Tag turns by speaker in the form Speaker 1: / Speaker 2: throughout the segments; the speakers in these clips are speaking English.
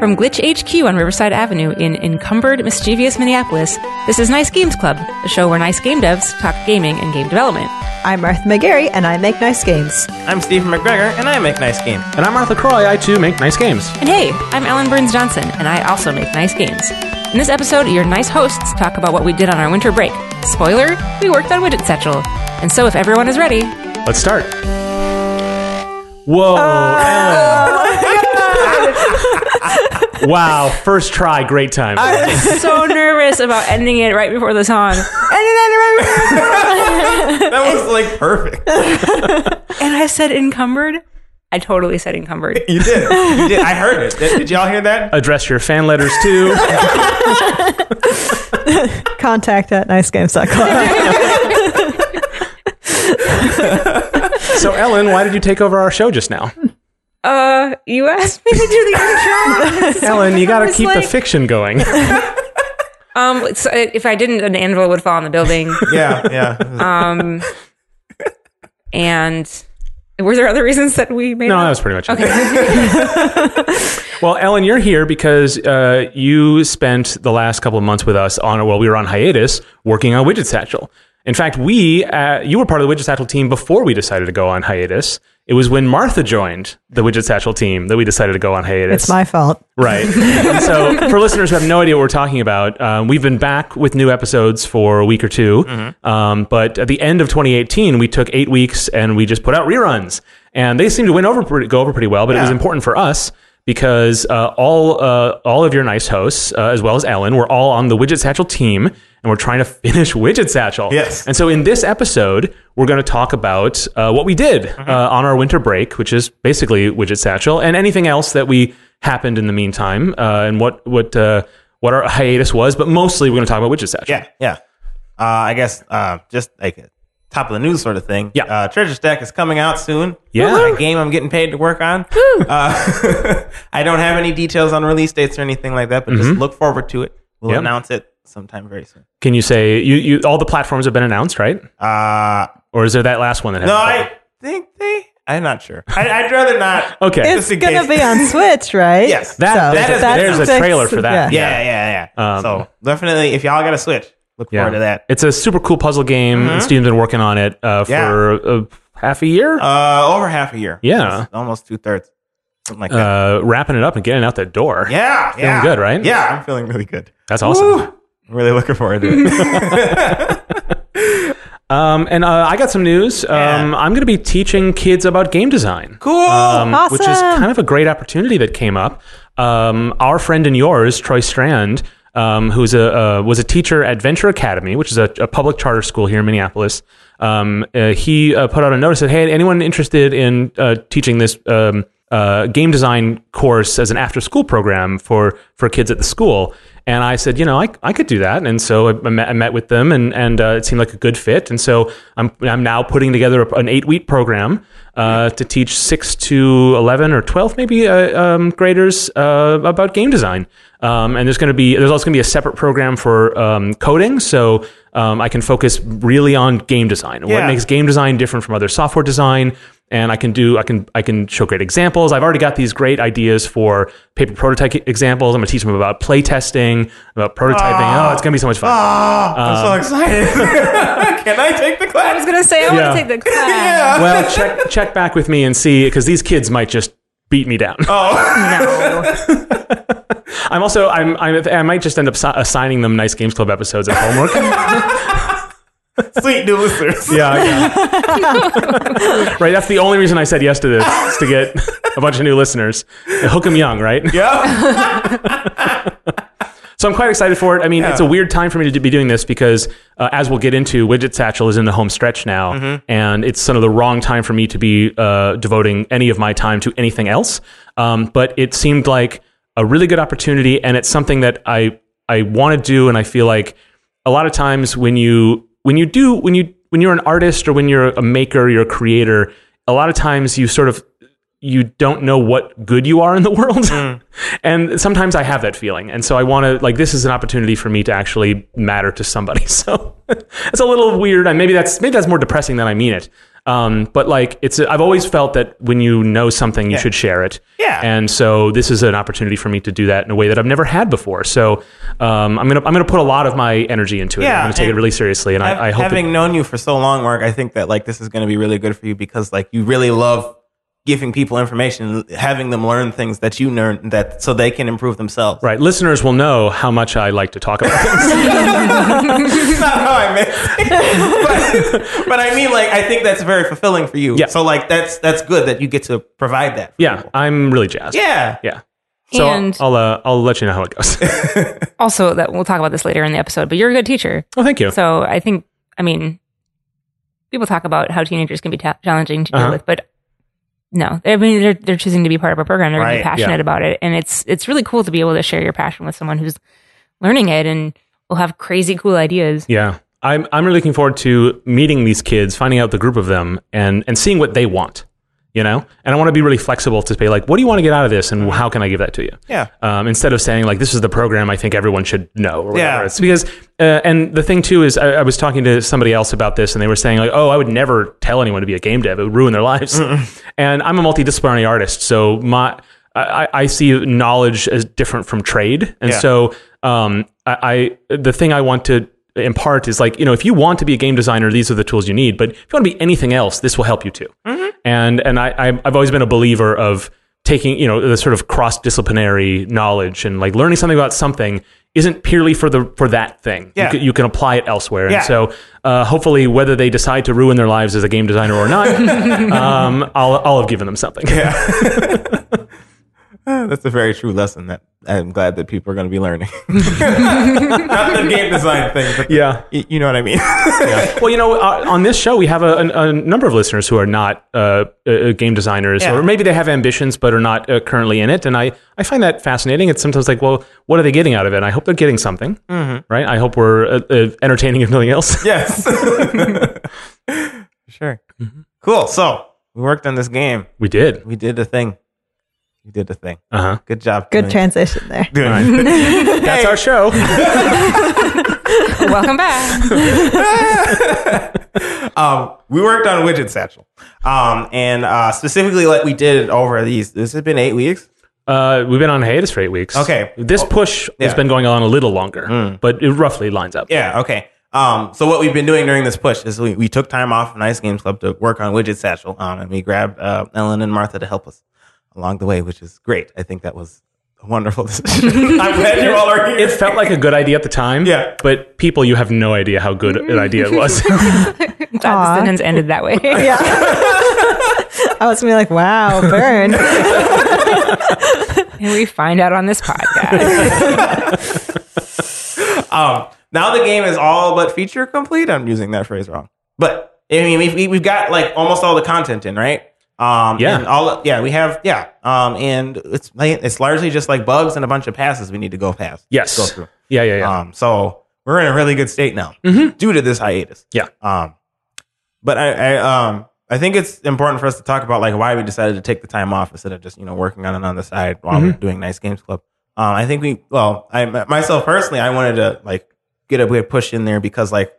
Speaker 1: From Glitch HQ on Riverside Avenue in encumbered, mischievous Minneapolis, this is Nice Games Club, the show where nice game devs talk gaming and game development.
Speaker 2: I'm Martha McGarry, and I make nice games.
Speaker 3: I'm Stephen McGregor, and I make nice games.
Speaker 4: And I'm Arthur Croy. I too make nice games.
Speaker 1: And hey, I'm Ellen Burns Johnson, and I also make nice games. In this episode, your nice hosts talk about what we did on our winter break. Spoiler, we worked on Widget Satchel. And so, if everyone is ready,
Speaker 4: Let's start. Whoa. Ellen. wow. First try. Great time.
Speaker 1: so nervous about ending it right before the song.
Speaker 3: That was like perfect.
Speaker 1: And I said encumbered. I totally said encumbered.
Speaker 3: You did. it. You did. I heard it. Did, did y'all hear that?
Speaker 4: Address your fan letters too.
Speaker 2: Contact at nicegames.com.
Speaker 4: so, Ellen, why did you take over our show just now?
Speaker 1: Uh, you asked me to do the intro.
Speaker 4: Ellen, you got to
Speaker 1: It's
Speaker 4: keep the
Speaker 1: like-
Speaker 4: fiction going.
Speaker 1: Um, it's- if I didn't, an anvil would fall on the building.
Speaker 3: Yeah, yeah.
Speaker 1: Um, and were there other reasons that we made?
Speaker 4: No,
Speaker 1: it?
Speaker 4: that was pretty much it. well, Ellen, you're here because uh, you spent the last couple of months with us on, well, we were on hiatus working on Widget Satchel. In fact, we, uh, you were part of the Widget Satchel team before we decided to go on hiatus. It was when Martha joined the Widget Satchel team that we decided to go on hiatus.
Speaker 2: it's my fault.
Speaker 4: Right. And so, for listeners who have no idea what we're talking about, um, we've been back with new episodes for a week or 2 Um, but at the end of 2018, we took eight weeks and we just put out reruns, and they seemed to win over pretty, go over pretty well. But it was important for us because uh, all uh, all of your nice hosts, uh, as well as Ellen, were all on the Widget Satchel team, and we're trying to finish Widget Satchel.
Speaker 3: Yes.
Speaker 4: And so, in this episode, we're going to talk about uh, what we did
Speaker 3: Mm-hmm.
Speaker 4: uh, on our winter break, which is basically Widget Satchel, and anything else that we happened in the meantime, uh, and what what uh, what our hiatus was. But mostly, we're going to talk about Widget Satchel.
Speaker 3: yeah, yeah. Uh, I guess uh, just like a top of the news sort of thing.
Speaker 4: Yeah.
Speaker 3: Uh, Treasure Stack is coming out soon.
Speaker 4: Yeah.
Speaker 3: It's a game I'm getting paid to work on. Uh, I don't have any details on release dates or anything like that, but just look forward to it. We'll
Speaker 4: Mm-hmm. Yeah.
Speaker 3: announce it sometime very soon.
Speaker 4: Can you say you, you all the platforms have been announced, right?
Speaker 3: Uh,
Speaker 4: Or is there that last one that?
Speaker 3: no,
Speaker 4: hasn't?
Speaker 3: I think they. I'm not sure. I, I'd rather not.
Speaker 4: Okay.
Speaker 2: It's
Speaker 3: Just in
Speaker 2: gonna
Speaker 3: case.
Speaker 2: be on Switch, right?
Speaker 3: Yes.
Speaker 4: That-
Speaker 2: So
Speaker 3: that is-
Speaker 2: that's
Speaker 3: there's a
Speaker 2: six-
Speaker 4: trailer for that.
Speaker 3: Yeah, yeah, yeah.
Speaker 4: Um,
Speaker 3: so definitely, if y'all got a Switch, look forward to that. Mm-hmm.
Speaker 4: It's a super cool puzzle game. and Steven's been working on it uh, for
Speaker 3: Yeah.
Speaker 4: uh, half a year, uh,
Speaker 3: Uh, over half a year.
Speaker 4: Yeah.
Speaker 3: It's almost two thirds, something like that.
Speaker 4: uh, wrapping it up and getting out the door.
Speaker 3: Yeah,
Speaker 4: feeling
Speaker 3: yeah.
Speaker 4: good, right?
Speaker 3: Yeah, I'm feeling really good.
Speaker 4: That's awesome.
Speaker 3: I'm really looking forward to it.
Speaker 4: Um, and uh, I got some news. Um,
Speaker 3: Yeah.
Speaker 4: I'm going to be teaching kids about game design.
Speaker 3: cool.
Speaker 4: Um, Which is
Speaker 2: Awesome.
Speaker 4: kind of a great opportunity that came up. Um, our friend and yours, Troy Strand, um, who's a uh, was a teacher at Venture Academy, which is a, a public charter school here in Minneapolis. Um, uh, he uh, put out a notice that hey, anyone interested in uh, teaching this um, uh, game design course as an after school program for for kids at the school. And I said, you know, I, I could do that. And so I, I met, I met with them, and and uh, it seemed like a good fit. And so I'm I'm now putting together a, an eight week program uh, to teach six to eleven or twelve maybe uh, um, graders uh, about game design. Um, and there's going to be there's also going to be a separate program for um, coding, so um, I can focus really on game design. What
Speaker 3: Yeah.
Speaker 4: makes game design different from other software design? And I can do I can I can show great examples. I've already got these great ideas for paper prototype examples. I'm going to teach them about play testing, about prototyping. Oh, it's going to be so much
Speaker 3: Ah.
Speaker 4: fun.
Speaker 3: I'm
Speaker 4: Um,
Speaker 3: so excited. Can I take
Speaker 1: I
Speaker 3: the
Speaker 1: was
Speaker 3: class?
Speaker 1: gonna say I
Speaker 4: Yeah.
Speaker 1: want to take the class.
Speaker 4: well, check check back with me and see because these kids might just beat me down. I'm also I'm, I'm I might just end up si- assigning them nice games club episodes at homework.
Speaker 3: Sweet new listeners.
Speaker 4: yeah, right. That's the only reason I said yes to this is to get a bunch of new listeners. Hook 'em young, right?
Speaker 3: Yeah.
Speaker 4: So I'm quite excited for it. I mean, it's a weird time for me to be doing this because, uh, as we'll get into, Widget Satchel is in the home stretch now, and it's sort of the wrong time for me to be uh, devoting any of my time to anything else. Um, but it seemed like a really good opportunity, and it's something that I I want to do, and I feel like a lot of times when you when you do when you when you're an artist or when you're a maker, you're a creator. A lot of times you sort of you don't know what good you are in the world.
Speaker 3: Hmm.
Speaker 4: and sometimes I have that feeling. And so I want to, like, this is an opportunity for me to actually matter to somebody. So it's a little weird. And maybe that's, maybe that's more depressing than I mean it. Um, but like it's, a, I've always felt that when you know something, you should share it.
Speaker 3: Yeah.
Speaker 4: And so this is an opportunity for me to do that in a way that I've never had before. So um, I'm gonna I'm gonna put a lot of my energy into it.
Speaker 3: Yeah,
Speaker 4: I'm gonna take it
Speaker 3: and
Speaker 4: really seriously, and
Speaker 3: Hav-
Speaker 4: I, I hope.
Speaker 3: having
Speaker 4: it,
Speaker 3: known you for so long, Mark, I think that like this is going to be really good for you because like you really love giving people information, having them learn things that you learn that so they can improve themselves.
Speaker 4: Right, listeners will know how much I like to talk about things.
Speaker 3: That's not how I meant it. but, but I mean, like, I think that's very fulfilling for you.
Speaker 4: Yeah.
Speaker 3: So, like, that's that's good that you get to provide that. For
Speaker 4: yeah,
Speaker 3: people.
Speaker 4: I'm really jazzed.
Speaker 3: Yeah.
Speaker 4: yeah. So I'll-
Speaker 1: And-
Speaker 4: I'll uh, I'll let you know how it goes.
Speaker 1: Also, that we'll talk about this later in the episode, but you're a good teacher.
Speaker 4: oh, thank you.
Speaker 1: So I think, I mean, people talk about how teenagers can be ta- challenging to
Speaker 4: Uh-huh.
Speaker 1: deal with, but no, I mean they're they're choosing to be part of a program. They're gonna
Speaker 3: Right,
Speaker 1: be passionate
Speaker 4: yeah.
Speaker 1: about it, and it's it's really cool to be able to share your passion with someone who's learning it and will have crazy cool ideas.
Speaker 4: Yeah. I'm I'm really looking forward to meeting these kids, finding out the group of them and and seeing what they want. You know? And I want to be really flexible to say like, what do you want to get out of this and how can I give that to you?
Speaker 3: Yeah.
Speaker 4: Um, instead of saying like this is the program I think everyone should know or whatever.
Speaker 3: Yeah.
Speaker 4: It's because uh, and the thing too is I, I was talking to somebody else about this and they were saying like, oh, I would never tell anyone to be a game dev; it would ruin their lives. And I'm a multidisciplinary artist, so my I, I- I see knowledge as different from trade, and
Speaker 3: Yeah.
Speaker 4: so um, I, I the thing I want to impart is like you know if you want to be a game designer these are the tools you need but if you want to be anything else this will help you too and and I I'm- I've always been a believer of taking you know the sort of cross disciplinary knowledge and like learning something about something isn't purely for the for that thing
Speaker 3: Yeah.
Speaker 4: you, can, you can apply it elsewhere
Speaker 3: Yeah.
Speaker 4: and so uh, hopefully whether they decide to ruin their lives as a game designer or not um, I'll, I'll have given them something
Speaker 3: Uh, That's a very true lesson that I'm glad that people are going to be learning. Not the game design thing, but
Speaker 4: yeah
Speaker 3: y- you know what I mean.
Speaker 4: well, you know, uh, on this show, we have a, a, a number of listeners who are not uh, uh, game designers,
Speaker 3: Yeah.
Speaker 4: or maybe they have ambitions but are not uh, currently in it. And I, I find that fascinating. It's sometimes like, well, what are they getting out of it? And I hope they're getting something,
Speaker 3: Mm-hmm.
Speaker 4: right? I hope we're uh, uh, entertaining, if nothing else.
Speaker 3: yes. sure.
Speaker 4: Mm-hmm.
Speaker 3: Cool. So, we worked on this game.
Speaker 4: we did.
Speaker 3: We did the thing. We did the thing.
Speaker 4: Uh huh.
Speaker 3: Good job.
Speaker 2: Good
Speaker 3: Tony.
Speaker 2: transition there.
Speaker 3: Dude.
Speaker 4: That's our show.
Speaker 1: Welcome back.
Speaker 3: um, we worked on Widget Satchel. Um, and uh, specifically, like we did over these, this has been eight weeks.
Speaker 4: Uh, we've been on hiatus for eight weeks.
Speaker 3: Okay. Oh,
Speaker 4: This push has
Speaker 3: yeah. Hmm.
Speaker 4: been going on a little longer, but it roughly lines up.
Speaker 3: Yeah, okay. Um, so what we've been doing during this push is we, we took time off from Ice Games Club to work on Widget Satchel, um, and we grabbed uh, Ellen and Martha to help us along the way, which is great. I think that was a wonderful decision. I'm glad you all are here.
Speaker 4: It felt like a good idea at the time.
Speaker 3: Yeah.
Speaker 4: But people, you have no idea how good an idea it was.
Speaker 1: Glad the sentence ended that way.
Speaker 2: Yeah. I was gonna be like, wow, burn.
Speaker 1: And we find out on this podcast.
Speaker 3: Um, now the game is all but feature complete. I'm using that phrase wrong, but I mean we've, we've got like almost all the content in, right? Um,
Speaker 4: Yeah.
Speaker 3: and all yeah we have yeah. Um, and it's it's largely just like bugs and a bunch of passes we need to go past.
Speaker 4: yes.
Speaker 3: go through.
Speaker 4: Yeah, yeah, yeah.
Speaker 3: Um, so we're in a really good state now due to this hiatus.
Speaker 4: Yeah.
Speaker 3: Um, but I, I um I think it's important for us to talk about like why we decided to take the time off instead of just you know working on it on the side while we're
Speaker 4: Mm-hmm.
Speaker 3: doing Nice Games Club. Um, I think we well I myself personally I wanted to like get a good push in there because like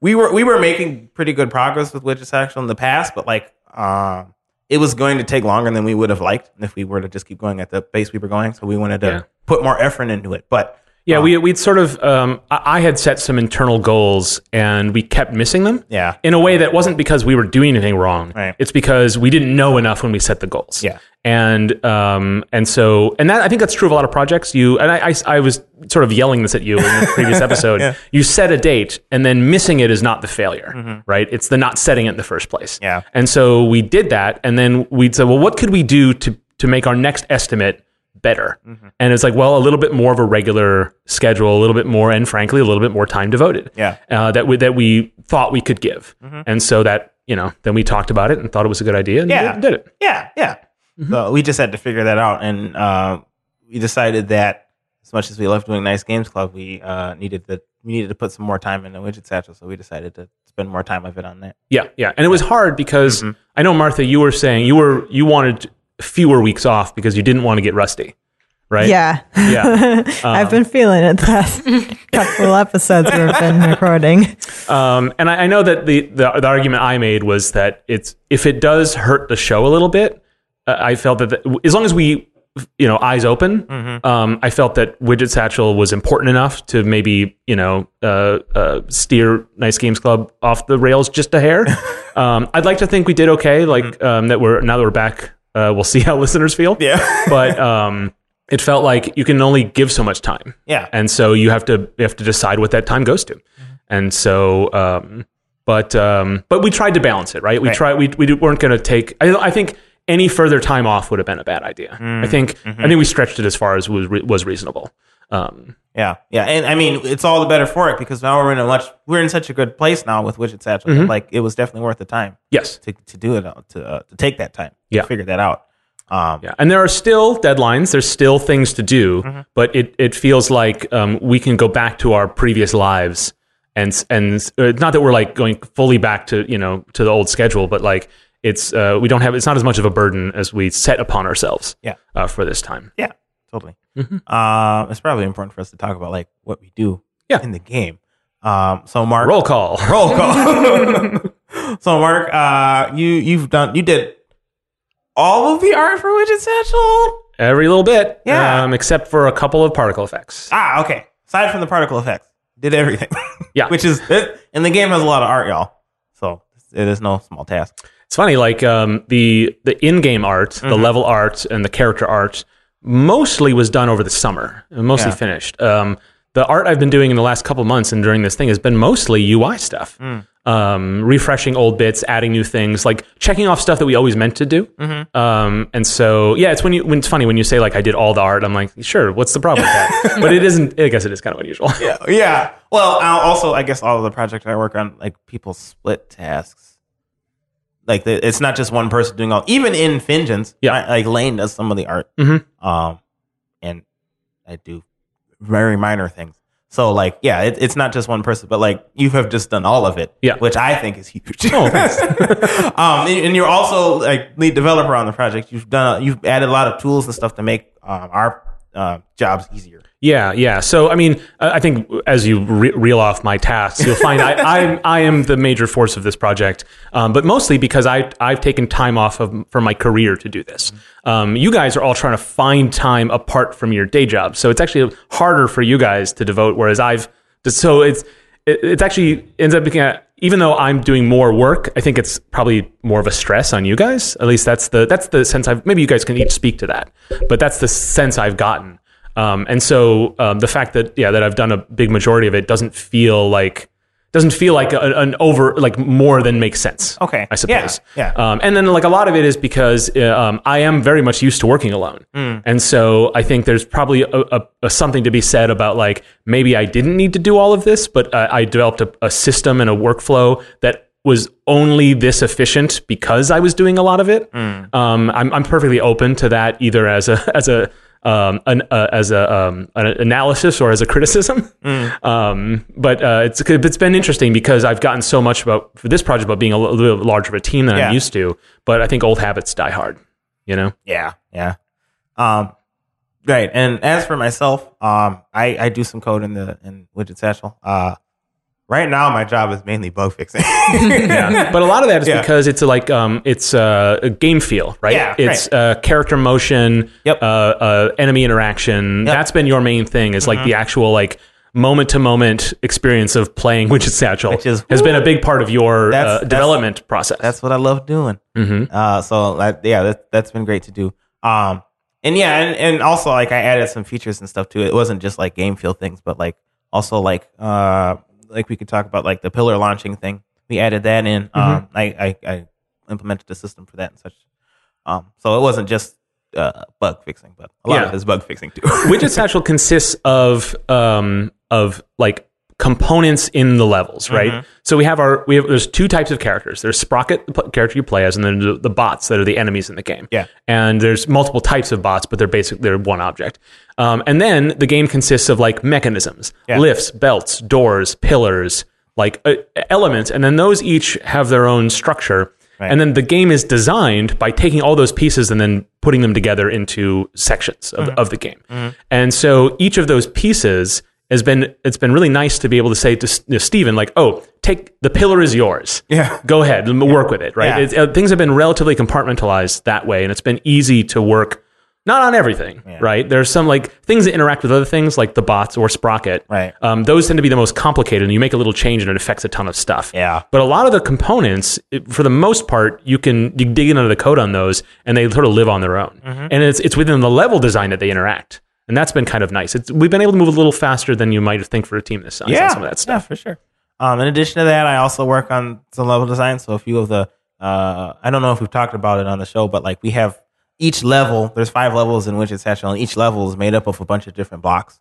Speaker 3: we were we were making pretty good progress with Widget Satchel in the past, but like um. It was going to take longer than we would have liked if we were to just keep going at the pace we were going. So we wanted to
Speaker 4: Yeah.
Speaker 3: put more effort into it. But
Speaker 4: Yeah, we we'd sort of um, I I had set some internal goals and we kept missing them.
Speaker 3: Yeah.
Speaker 4: in a way that wasn't because we were doing anything wrong.
Speaker 3: Right.
Speaker 4: It's because we didn't know enough when we set the goals.
Speaker 3: Yeah.
Speaker 4: and um and so and that I think that's true of a lot of projects. You and I I, I was sort of yelling this at you in the previous episode. You set a date and then missing it is not the failure,
Speaker 3: Mm-hmm.
Speaker 4: right? It's the not setting it in the first place.
Speaker 3: Yeah.
Speaker 4: and so we did that, and then we'd say, well, what could we do to to make our next estimate better?
Speaker 3: Mm-hmm.
Speaker 4: And it's like, well, a little bit more of a regular schedule, a little bit more, and frankly, a little bit more time devoted.
Speaker 3: Yeah. Mm-hmm.
Speaker 4: uh, that we that we thought we could give, and so that you know, then we talked about it and thought it was a good idea, and
Speaker 3: Yeah.
Speaker 4: did, did it.
Speaker 3: Yeah, yeah.
Speaker 4: Mm-hmm.
Speaker 3: So we just had to figure that out, and uh, we decided that as much as we loved doing Nice Games Club, we uh, needed the we needed to put some more time into Widget Satchel. So we decided to spend more time of it on that.
Speaker 4: Yeah, yeah, and it was hard because
Speaker 3: Mm-hmm.
Speaker 4: I know Martha, you were saying you were you wanted fewer weeks off because you didn't want to get rusty, right?
Speaker 2: Yeah.
Speaker 4: Yeah. Um.
Speaker 2: I've been feeling it the past couple episodes we've been recording.
Speaker 4: Um, and I, I know that the, the the argument I made was that it's if it does hurt the show a little bit, uh, I felt that the, as long as we you know eyes open, um, I felt that Widget Satchel was important enough to maybe you know uh, uh, steer Nice Games Club off the rails just a hair. um, I'd like to think we did okay, like um, that we're now that we're back, uh, we'll see how listeners feel.
Speaker 3: Yeah.
Speaker 4: but um, it felt like you can only give so much time.
Speaker 3: Yeah.
Speaker 4: and so you have to you have to decide what that time goes to. And so, um, but um, but we tried to balance it, right? We
Speaker 3: Right.
Speaker 4: tried we we weren't going to take. I, I think any further time off would have been a bad idea. I think I think we stretched it as far as was re- was reasonable. Um,
Speaker 3: Yeah, yeah, and I mean, it's all the better for it because now we're in a much we're in such a good place now with Widget Satchel.
Speaker 4: Mm-hmm.
Speaker 3: that, Like it was definitely worth the time
Speaker 4: yes,
Speaker 3: to, to do it uh, to uh, to take that time,
Speaker 4: Yeah.
Speaker 3: to figure that out. Um,
Speaker 4: yeah. And there are still deadlines. There's still things to do,
Speaker 3: Mm-hmm.
Speaker 4: but it it feels like um, we can go back to our previous lives. And s- and s- uh, not that we're like going fully back to you know to the old schedule, but like it's uh, we don't have it's not as much of a burden as we set upon ourselves.
Speaker 3: Yeah.
Speaker 4: uh, for this time.
Speaker 3: Yeah, totally.
Speaker 4: Mm-hmm.
Speaker 3: Um, it's probably important for us to talk about like what we do
Speaker 4: Yeah.
Speaker 3: in the game. Um, so Mark,
Speaker 4: Roll call.
Speaker 3: roll call. so Mark, uh, you you've done you did all of the art for Widget Satchel.
Speaker 4: Every little bit.
Speaker 3: Yeah.
Speaker 4: Um, except for a couple of particle effects.
Speaker 3: Ah, okay. Aside from the particle effects, did everything.
Speaker 4: Yeah.
Speaker 3: which is it, and the game has a lot of art, y'all. So it is no small task.
Speaker 4: It's funny, like um, the the in-game art, the level art, and the character art mostly was done over the summer, and mostly
Speaker 3: Yeah.
Speaker 4: finished. Um, the art I've been doing in the last couple months and during this thing has been mostly UI stuff, um, refreshing old bits, adding new things, like checking off stuff that we always meant to do. Um, and so, yeah, it's when you when it's funny when you say like I did all the art, I'm like, sure, what's the problem with that? but it isn't. I guess it is kind of unusual.
Speaker 3: Yeah, yeah. Well, I'll also, I guess all of the projects I work on, like people split tasks. Like the, it's not just one person doing all. Even in Fingens,
Speaker 4: Yeah.
Speaker 3: my- like Lane does some of the art,
Speaker 4: Mhm.
Speaker 3: um, and I do very minor things. So like, yeah, it, it's not just one person, but like you have just done all of it,
Speaker 4: Yeah.
Speaker 3: which I think is huge.
Speaker 4: Oh, thanks.
Speaker 3: um, and, and you're also like lead developer on the project. You've done, a, you've added a lot of tools and stuff to make um, our uh, jobs easier.
Speaker 4: Yeah, yeah. So I mean, I I think as you re- reel off my tasks, you'll find I, I I am the major force of this project, um, but mostly because I I've taken time off of from my career to do this. Um, you guys are all trying to find time apart from your day job, so it's actually harder for you guys to devote. Whereas I've so it's it, it's actually ends up being a, even though I'm doing more work, I think it's probably more of a stress on you guys. At least that's the that's the sense I've. Maybe you guys can each speak to that, but that's the sense I've gotten. Um, and so um, the fact that yeah that I've done a big majority of it doesn't feel like doesn't feel like a, an over like more than makes sense.
Speaker 3: Okay.
Speaker 4: I suppose.
Speaker 3: Yeah, yeah.
Speaker 4: Um, and then like a lot of it is because uh, um, I am very much used to working alone, and so I think there's probably a, a, a something to be said about like maybe I didn't need to do all of this, but uh, I developed a, a system and a workflow that was only this efficient because I was doing a lot of it. Um, I'm, I'm perfectly open to that either as a as a um, an, uh, as a um, an analysis or as a criticism. Um, but uh, it's it's been interesting because I've gotten so much about for this project about being a little bit larger of a team than
Speaker 3: Yeah.
Speaker 4: I'm used to. But I think old habits die hard. You know.
Speaker 3: Yeah, yeah. Um, right. And as for myself, um, I, I do some code in the in Widget Satchel. Uh, right now, my job is mainly bug fixing.
Speaker 4: yeah. But a lot of that is
Speaker 3: Yeah.
Speaker 4: because it's like um, it's uh, a game feel, right?
Speaker 3: Yeah,
Speaker 4: it's Uh, character motion,
Speaker 3: Yep.
Speaker 4: uh, uh, enemy interaction. That's been your main thing. Is
Speaker 3: Mm-hmm.
Speaker 4: like the actual like moment to moment experience of playing Widget Satchel
Speaker 3: Which is-
Speaker 4: has been a big part of your
Speaker 3: That's-
Speaker 4: uh,
Speaker 3: that's-
Speaker 4: development process.
Speaker 3: that's what I love doing.
Speaker 4: Mhm.
Speaker 3: Uh, so like, yeah, that that's been great to do. Um, and yeah, and, and also like I added some features and stuff too. It wasn't just like game feel things, but like also like uh like we could talk about like the pillar launching thing. We added that in. Um, I, I I implemented a system for that and such. Um, so it wasn't just uh bug fixing, but a lot
Speaker 4: Yeah.
Speaker 3: of it is bug fixing too.
Speaker 4: widget satchel consists of um of like components in the levels right so we have our we have there's two types of characters there's sprocket the p- character you play as and then the, the bots that are the enemies in the game
Speaker 3: Yeah.
Speaker 4: and there's multiple types of bots but they're basic they're one object um, and then the game consists of like mechanisms
Speaker 3: Yeah.
Speaker 4: lifts belts doors pillars like uh, elements and then those each have their own structure
Speaker 3: Right.
Speaker 4: And then the game is designed by taking all those pieces and then putting them together into sections of,
Speaker 3: Mm-hmm.
Speaker 4: of the game. And so each of those pieces has been it's been really nice to be able to say to, S- to Steven, like, oh, take the pillar is yours.
Speaker 3: Yeah.
Speaker 4: Go ahead, and work with it,
Speaker 3: Yeah.
Speaker 4: right? It's- uh, things have been relatively compartmentalized that way, and it's been easy to work not on everything, right? There's some like things that interact with other things, like the bots or Sprocket.
Speaker 3: Right.
Speaker 4: Um, those tend to be the most complicated, and you make a little change, and it affects a ton of stuff.
Speaker 3: Yeah.
Speaker 4: But a lot of the components, it- for the most part, you can you dig into the code on those, and they sort of live on their own.
Speaker 3: Mm-hmm.
Speaker 4: And it's it's within the level design that they interact, and that's been kind of nice. It's, we've been able to move a little faster than you might think for a team this size. on some of that stuff.
Speaker 3: Yeah, for sure. Um, in addition to that, I also work on some level design. So a few of the, uh, I don't know if we've talked about it on the show, but like we have each level. There's five levels in which it's actually, and each level is made up of a bunch of different blocks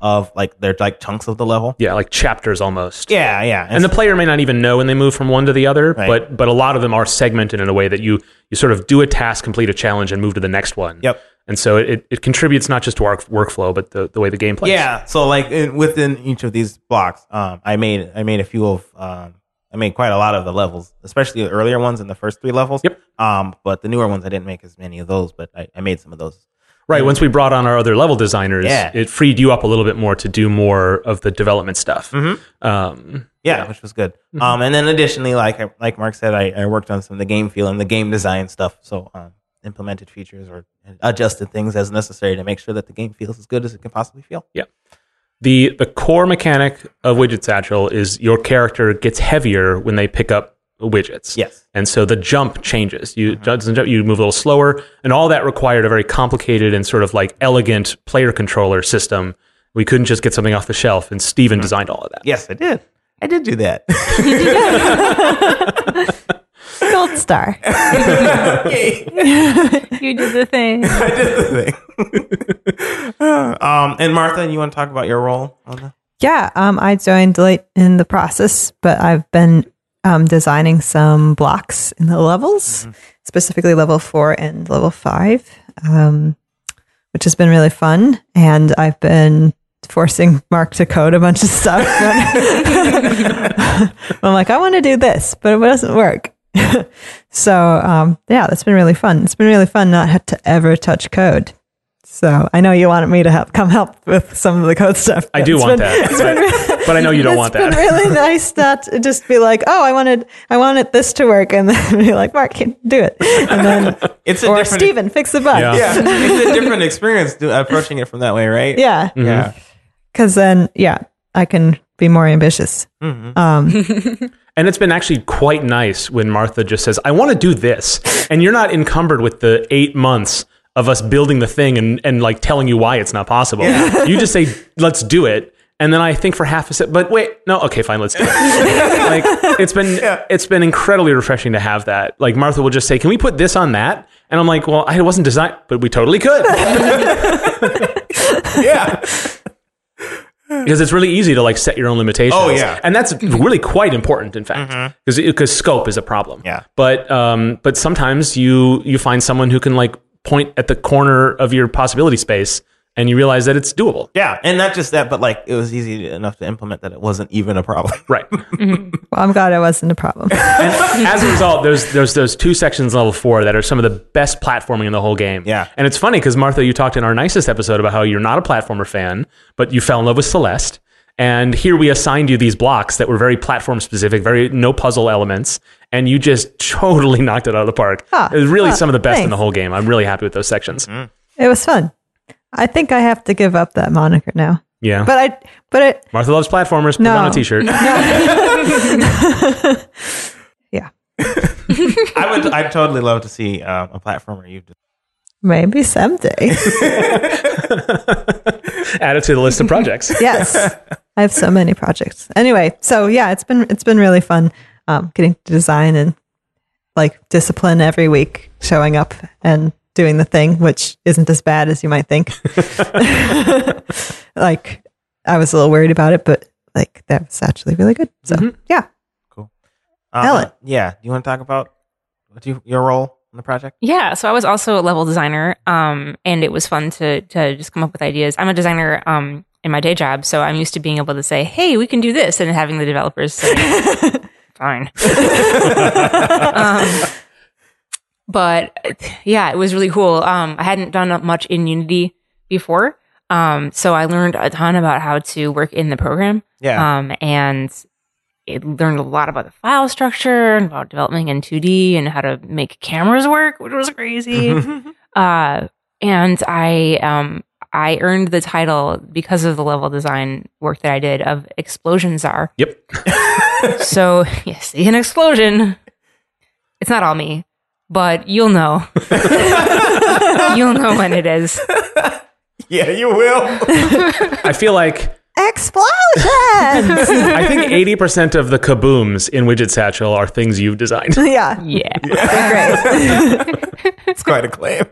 Speaker 3: of like they're like chunks of the level.
Speaker 4: Yeah, like chapters almost.
Speaker 3: Yeah, yeah.
Speaker 4: And the player may not even know when they move from one to the other,
Speaker 3: Right.
Speaker 4: but but a lot of them are segmented in a way that you you sort of do a task, complete a challenge, and move to the next one.
Speaker 3: Yep.
Speaker 4: And so it, it contributes not just to our workflow, but the, the way the game plays.
Speaker 3: Yeah. So like in, within each of these blocks, um, I made I made a few of um, I made quite a lot of the levels, especially the earlier ones in the first three levels.
Speaker 4: Yep.
Speaker 3: Um, but the newer ones I didn't make as many of those, but I, I made some of those.
Speaker 4: Right. Once we brought on our other level designers,
Speaker 3: Yeah.
Speaker 4: it freed you up a little bit more to do more of the development stuff.
Speaker 3: Mm-hmm.
Speaker 4: Um,
Speaker 3: Yeah, which was good. Um, and then additionally, like I- like Mark said, I, I worked on some of the game feel and the game design stuff. So um, implemented features or adjusted things as necessary to make sure that the game feels as good as it can possibly feel.
Speaker 4: the the core mechanic of Widget Satchel is your character gets heavier when they pick up widgets.
Speaker 3: Yes.
Speaker 4: And so the jump changes.
Speaker 2: Mm-hmm.
Speaker 4: You doesn't jump, you move a little slower, and all that required a very complicated and sort of like elegant player controller system. We couldn't just get something off the shelf, and
Speaker 2: Mm-hmm.
Speaker 4: Steven designed all of that.
Speaker 3: Yes, I did. I did do that.
Speaker 2: Gold star.
Speaker 5: You did the thing.
Speaker 3: I did the thing. um, and Martha, you want to talk about your role on the
Speaker 2: Yeah, um, I joined late in the process, but I've been um, designing some blocks in the levels,
Speaker 4: Mm-hmm.
Speaker 2: specifically level four and level five, um, which has been really fun. And I've been forcing Mark to code a bunch of stuff. I'm like, I want to do this, but it doesn't work. so um, yeah, that's been really fun. It's been really fun not have to ever touch code. So I know you wanted me to help come help with some of the code stuff.
Speaker 4: I do
Speaker 2: It's
Speaker 4: want
Speaker 2: been-
Speaker 4: that,
Speaker 2: it's been really-
Speaker 4: But I know you don't want that.
Speaker 2: It's been really nice not to just be like, oh, I wanted, I wanted this to work, and then be like, Mark, can do it, and then
Speaker 3: It's a
Speaker 2: or
Speaker 3: different
Speaker 2: Steven, fix the bug.
Speaker 4: Yeah.
Speaker 3: Yeah, it's a different experience do, approaching it from that way, right?
Speaker 2: yeah,
Speaker 3: Yeah.
Speaker 2: because then yeah, I can be more ambitious. Um,
Speaker 4: And it's been actually quite nice when Martha just says, I want to do this. And you're not encumbered with the eight months of us building the thing and, and like telling you why it's not possible. You just say, let's do it. And then I think for half a sec, but wait, no, okay, fine, let's do it. like it's been it's been incredibly refreshing to have that. Like Martha will just say, "Can we put this on that?" And I'm like, "Well, I wasn't designed, but we totally could."
Speaker 3: Yeah.
Speaker 4: because it's really easy to like set your own limitations.
Speaker 3: Oh, yeah. Mm-hmm.
Speaker 4: and that's really quite important, in fact, because scope is a problem.
Speaker 3: Yeah.
Speaker 4: but um, but sometimes you you find someone who can like point at the corner of your possibility space, and you realize that it's doable.
Speaker 3: Yeah. And not just that, but like it was easy enough to implement that it wasn't even a problem.
Speaker 4: Right.
Speaker 2: well, I'm glad it wasn't a problem.
Speaker 4: And as a result, there's there's those two sections in level four that are some of the best platforming in the whole game.
Speaker 3: Yeah.
Speaker 4: And it's funny because Martha, you talked in our nicest episode about how you're not a platformer fan, but you fell in love with Celeste. And here we assigned you these blocks that were very platform specific, very no puzzle elements, and you just totally knocked it out of the park.
Speaker 2: Huh.
Speaker 4: it was really
Speaker 2: Huh.
Speaker 4: some of the best in
Speaker 2: Thanks.
Speaker 4: the whole game. I'm really happy with those sections.
Speaker 2: It was fun. I think I have to give up that moniker now.
Speaker 4: Yeah.
Speaker 2: But I, but it,
Speaker 4: Martha loves platformers. Put it
Speaker 2: No.
Speaker 4: on a t-shirt.
Speaker 2: yeah,
Speaker 3: I would, I'd totally love to see um, a platformer you've just.
Speaker 2: maybe someday.
Speaker 4: Add it to the list of projects.
Speaker 2: yes i have so many projects anyway so yeah it's been it's been really fun um, getting to design and like discipline every week showing up and doing the thing which isn't as bad as you might think like i was a little worried about it but like that was actually really good so
Speaker 1: Mm-hmm.
Speaker 2: yeah
Speaker 3: Um,
Speaker 2: Ellen.
Speaker 3: Yeah. Do you want to talk about what you, your role in the project?
Speaker 1: Yeah, so I was also a level designer, um, and it was fun to to just come up with ideas. I'm a designer um, in my day job, so I'm used to being able to say, "Hey, we can do this," and having the developers say, fine. um, but yeah, it was really cool. Um, I hadn't done much in Unity before, um, so I learned a ton about how to work in the program.
Speaker 3: Yeah.
Speaker 1: Um, and it learned a lot about the file structure and about developing in 2D and how to make cameras work, which was crazy. uh, and I um, I earned the title because of the level design work that I did of Explosion Czar.
Speaker 4: Yep.
Speaker 1: so yes, an explosion. It's not all me, but you'll know. you'll know when it is.
Speaker 3: yeah, you will.
Speaker 4: I feel like
Speaker 2: Explosions!
Speaker 4: I think 80% of the kabooms in Widget Satchel are things you've designed.
Speaker 2: yeah,
Speaker 1: Yeah.
Speaker 2: they're great.
Speaker 3: it's quite a claim.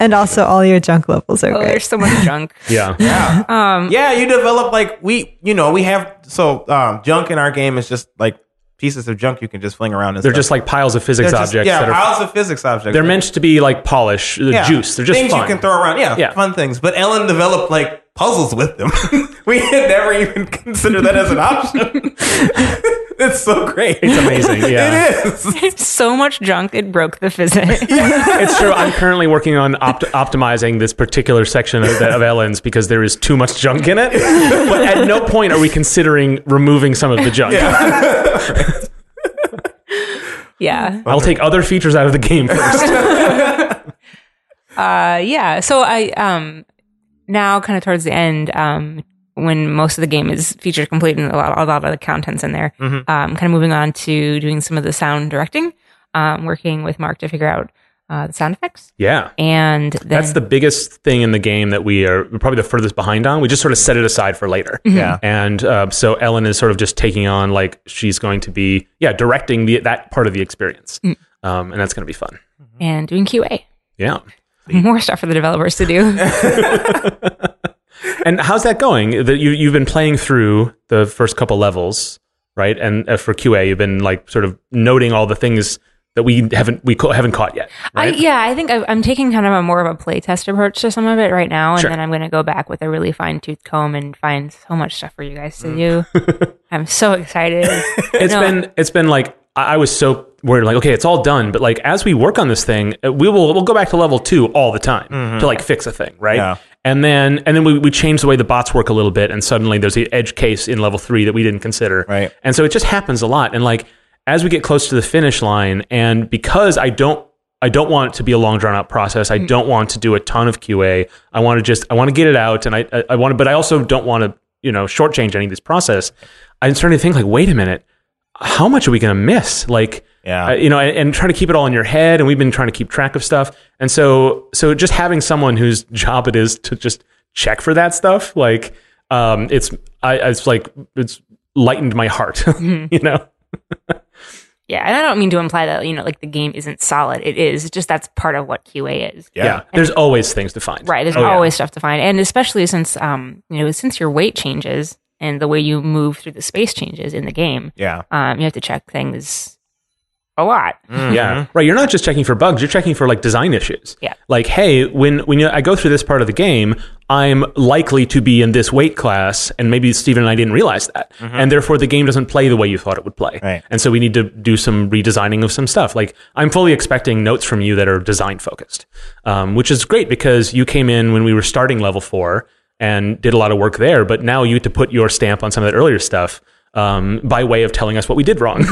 Speaker 2: and also, all your junk levels are
Speaker 1: Oh,
Speaker 2: great.
Speaker 1: there's so much junk.
Speaker 4: Yeah. Um,
Speaker 3: Yeah, you develop like we, you know, we have so um, junk in our game is just like pieces of junk you can just fling around. And
Speaker 4: They're
Speaker 3: stuff.
Speaker 4: just like piles of physics
Speaker 3: They're just-
Speaker 4: objects
Speaker 3: Yeah,
Speaker 4: that are
Speaker 3: piles of physics objects.
Speaker 4: they're meant to be like polish, uh, juice. They're just
Speaker 3: things
Speaker 4: fun.
Speaker 3: you can throw around. Yeah,
Speaker 4: Yeah.
Speaker 3: fun things. But Ellen developed like puzzles with them. we had never even considered that as an option. it's so great. It's
Speaker 4: amazing, yeah.
Speaker 3: it is.
Speaker 1: So much junk it broke the physics.
Speaker 4: it's true. I'm currently working on opt- optimizing this particular section of, that, of Ellen's because there is too much junk in it. But at no point are we considering removing some of the junk.
Speaker 1: Yeah.
Speaker 4: I'll take other features out of the game first.
Speaker 1: Uh, yeah. So I um now kind of towards the end um when most of the game is feature complete and a lot, a lot of the contents in there. Um, kind of moving on to doing some of the sound directing, um, working with Mark to figure out uh, the sound effects,
Speaker 4: Yeah.
Speaker 1: and then,
Speaker 4: That's the biggest thing in the game that we are we're probably the furthest behind on. We just sort of set it aside for later.
Speaker 3: Yeah.
Speaker 4: And uh, so Ellen is sort of just taking on like she's going to be yeah directing the that part of the experience, um, and that's going to be fun.
Speaker 1: and doing QA.
Speaker 4: Yeah.
Speaker 1: More stuff for the developers to do.
Speaker 4: And how's that going? That you you've been playing through the first couple levels, right? And uh, for QA, you've been like sort of noting all the things that we haven't we co- haven't caught yet.
Speaker 1: I,
Speaker 4: Right?
Speaker 1: yeah, I think I, I'm taking kind of a more of a playtest approach to some of it right now, and
Speaker 4: Sure.
Speaker 1: then I'm going to go back with a really fine tooth comb and find so much stuff for you guys
Speaker 4: Mm.
Speaker 1: to do. I'm so excited.
Speaker 4: It's
Speaker 1: No,
Speaker 4: been it's been like I I was so worried like okay it's all done but like as we work on this thing uh, we will we'll go back to level two all the time to like fix a thing right
Speaker 3: Mm-hmm. Yeah.
Speaker 4: and then and then we, we change the way the bots work a little bit and suddenly there's the edge case in level three that we didn't consider
Speaker 3: Right.
Speaker 4: and so it just happens a lot and like as we get close to the finish line and because I don't I don't want it to be a long drawn out process I don't want to do a ton of QA I want to just I want to get it out and I I, I want to but I also don't want to you know shortchange any of this process I'm starting to think like wait a minute how much are we going to miss? Like,
Speaker 3: Yeah.
Speaker 4: uh, you know, and, and try to keep it all in your head. And we've been trying to keep track of stuff. And so, so just having someone whose job it is to just check for that stuff, like, um, it's, I, it's like, it's lightened my heart, you know?
Speaker 1: yeah, and I don't mean to imply that you know, like the game isn't solid. It is. It's just that's part of what QA is.
Speaker 3: Yeah.
Speaker 4: There's always things to find.
Speaker 1: Right. There's
Speaker 4: Oh, yeah.
Speaker 1: always stuff to find, and especially since um, you know, since your weight changes and the way you move through the space changes in the game,
Speaker 3: Yeah.
Speaker 1: um, you have to check things a lot.
Speaker 4: Yeah. Mm-hmm. Right. You're not just checking for bugs, you're checking for like design issues.
Speaker 1: Yeah.
Speaker 4: Like, hey, when when you, I go through this part of the game, I'm likely to be in this weight class, and maybe Steven and I didn't realize that. And therefore the game doesn't play the way you thought it would play.
Speaker 3: Right.
Speaker 4: And so we need to do some redesigning of some stuff. Like I'm fully expecting notes from you that are design focused. Um, which is great because you came in when we were starting level four and did a lot of work there, but now you get to put your stamp on some of that earlier stuff. Um, by way of telling us what we did wrong.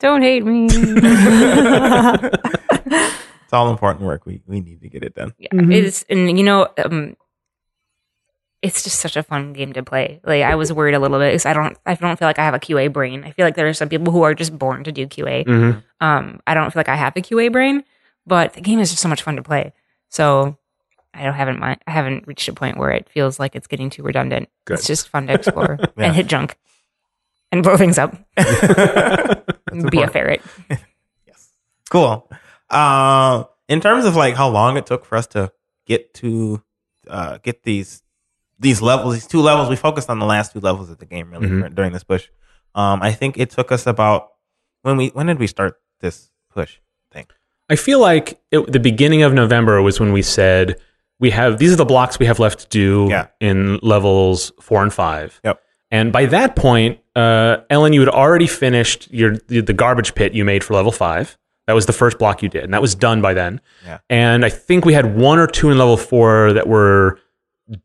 Speaker 1: Don't hate me.
Speaker 3: It's all important work. We we need to get it done.
Speaker 1: yeah, it's and you know, um, it's just such a fun game to play. Like I was worried a little bit because I don't, I don't feel like I have a QA brain. I feel like there are some people who are just born to do QA.
Speaker 4: Mhm.
Speaker 1: Um, I don't feel like I have the QA brain, but the game is just so much fun to play. So I don't haven't mind. I haven't reached a point where it feels like it's getting too redundant.
Speaker 4: Good.
Speaker 1: It's just fun to explore and hit junk and blow things up. and be a ferret.
Speaker 3: Cool. Uh, in terms of like how long it took for us to get to uh, get these these levels, these two levels, we focused on the last two levels of the game really
Speaker 4: Mhm.
Speaker 3: dur- during this push. Um, I think it took us about when we when did we start this push thing?
Speaker 4: I feel like it, the beginning of November was when we said we have these are the blocks we have left to do
Speaker 3: Yeah.
Speaker 4: in levels four and five.
Speaker 3: Yep.
Speaker 4: And by that point, uh, Ellen, you had already finished your the garbage pit you made for level five. That was the first block you did, and that was done by then.
Speaker 3: Yeah.
Speaker 4: And I think we had one or two in level four that were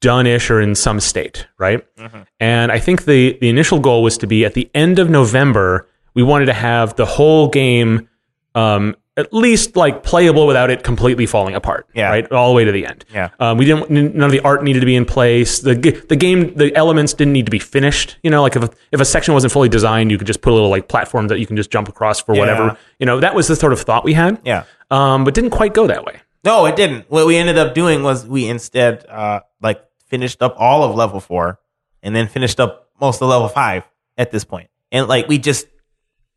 Speaker 4: done-ish or in some state, right?
Speaker 3: Mm-hmm.
Speaker 4: And I think the the initial goal was to be at the end of November. We wanted to have the whole game um, at least like playable without it completely falling apart,
Speaker 3: Yeah.
Speaker 4: right? All the way to the end.
Speaker 3: Yeah.
Speaker 4: Um, we didn't. n- None of the art needed to be in place. The g- the game, the elements didn't need to be finished. You know, like if a, if a section wasn't fully designed, you could just put a little like platform that you can just jump across for
Speaker 3: Yeah.
Speaker 4: whatever. You know, that was the sort of thought we had.
Speaker 3: Yeah.
Speaker 4: Um, but didn't quite go that way.
Speaker 3: No, it didn't. What we ended up doing was we instead uh, like finished up all of level four, and then finished up most of level five at this point. And like we just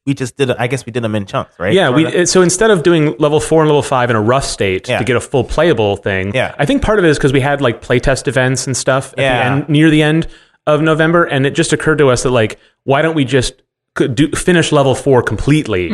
Speaker 3: we just did. I guess we did them in chunks, right?
Speaker 4: Yeah, we
Speaker 3: Sorta.
Speaker 4: it- so instead of doing level four and level five in a rough state
Speaker 3: Yeah.
Speaker 4: to get a full playable thing,
Speaker 3: Yeah.
Speaker 4: I think part of it is because we had like playtest events and stuff at
Speaker 3: Yeah.
Speaker 4: the end, near the end of November, and it just occurred to us that like, why don't we just could do, finish level four completely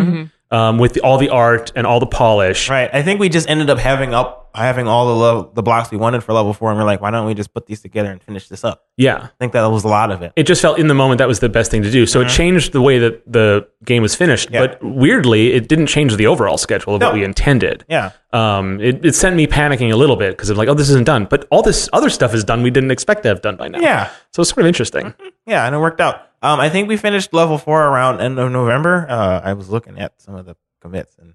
Speaker 4: um, with all the art and all the polish?
Speaker 3: Right. I think we just ended up having up having all the level, the blocks we wanted for level four, and we're like, why don't we just put these together and finish this up?
Speaker 4: Yeah,
Speaker 3: I think that was a lot of it.
Speaker 4: it just felt in the moment that was the best thing to do. So it changed the way that the game was finished,
Speaker 3: Mm-hmm. Yeah.
Speaker 4: but weirdly, it didn't change the overall schedule of what we intended.
Speaker 3: Yeah.
Speaker 4: um, it, it sent me panicking a little bit because I'm like, oh, this isn't done. But all this other stuff is done we didn't expect to have done by now.
Speaker 3: Yeah.
Speaker 4: So it's sort of interesting.
Speaker 3: Yeah, and it worked out. Um, I think we finished level four around end of November. Uh, I was looking at some of the commits and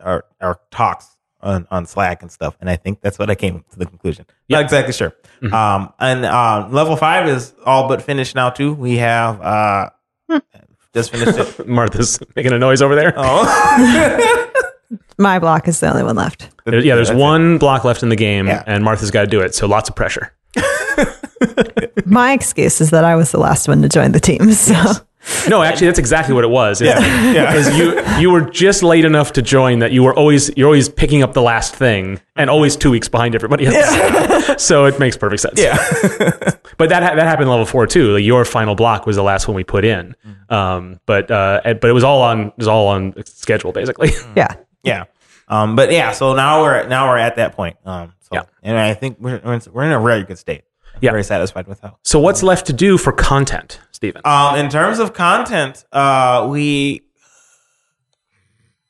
Speaker 3: our our talks on, on Slack and stuff, and I think that's what I came to the conclusion. Not exactly sure.
Speaker 4: Mm-hmm.
Speaker 3: Um, and uh, level five is all but finished now too. We have uh,
Speaker 4: Hmm.
Speaker 3: just finished it.
Speaker 4: Martha's making a noise over there.
Speaker 3: Oh,
Speaker 2: My block is the only one left.
Speaker 4: There- yeah, there's
Speaker 3: That's it.
Speaker 4: one block left in the game,
Speaker 3: Yeah.
Speaker 4: and Martha's got to do it. So lots of pressure.
Speaker 2: My excuse is that I was the last one to join the team. So
Speaker 4: No, actually, that's exactly what it was. It's like-
Speaker 3: yeah.
Speaker 4: Because you you were just late enough to join that you were always you're always picking up the last thing and always two weeks behind everybody else. so it makes perfect sense.
Speaker 3: Yeah.
Speaker 4: but that ha- that happened level four too. Like your final block was the last one we put in. Um, but uh, and- but it was all on it was all on schedule basically.
Speaker 2: yeah,
Speaker 3: yeah. Um, but yeah, so now we're now we're at that point. Um, so
Speaker 4: Yeah.
Speaker 3: and I think we're we're in- we're in a really good state. I'm
Speaker 4: Yeah.
Speaker 3: very satisfied with how
Speaker 4: so what's left to do for content, Stephen?
Speaker 3: Um, in terms of content, uh, we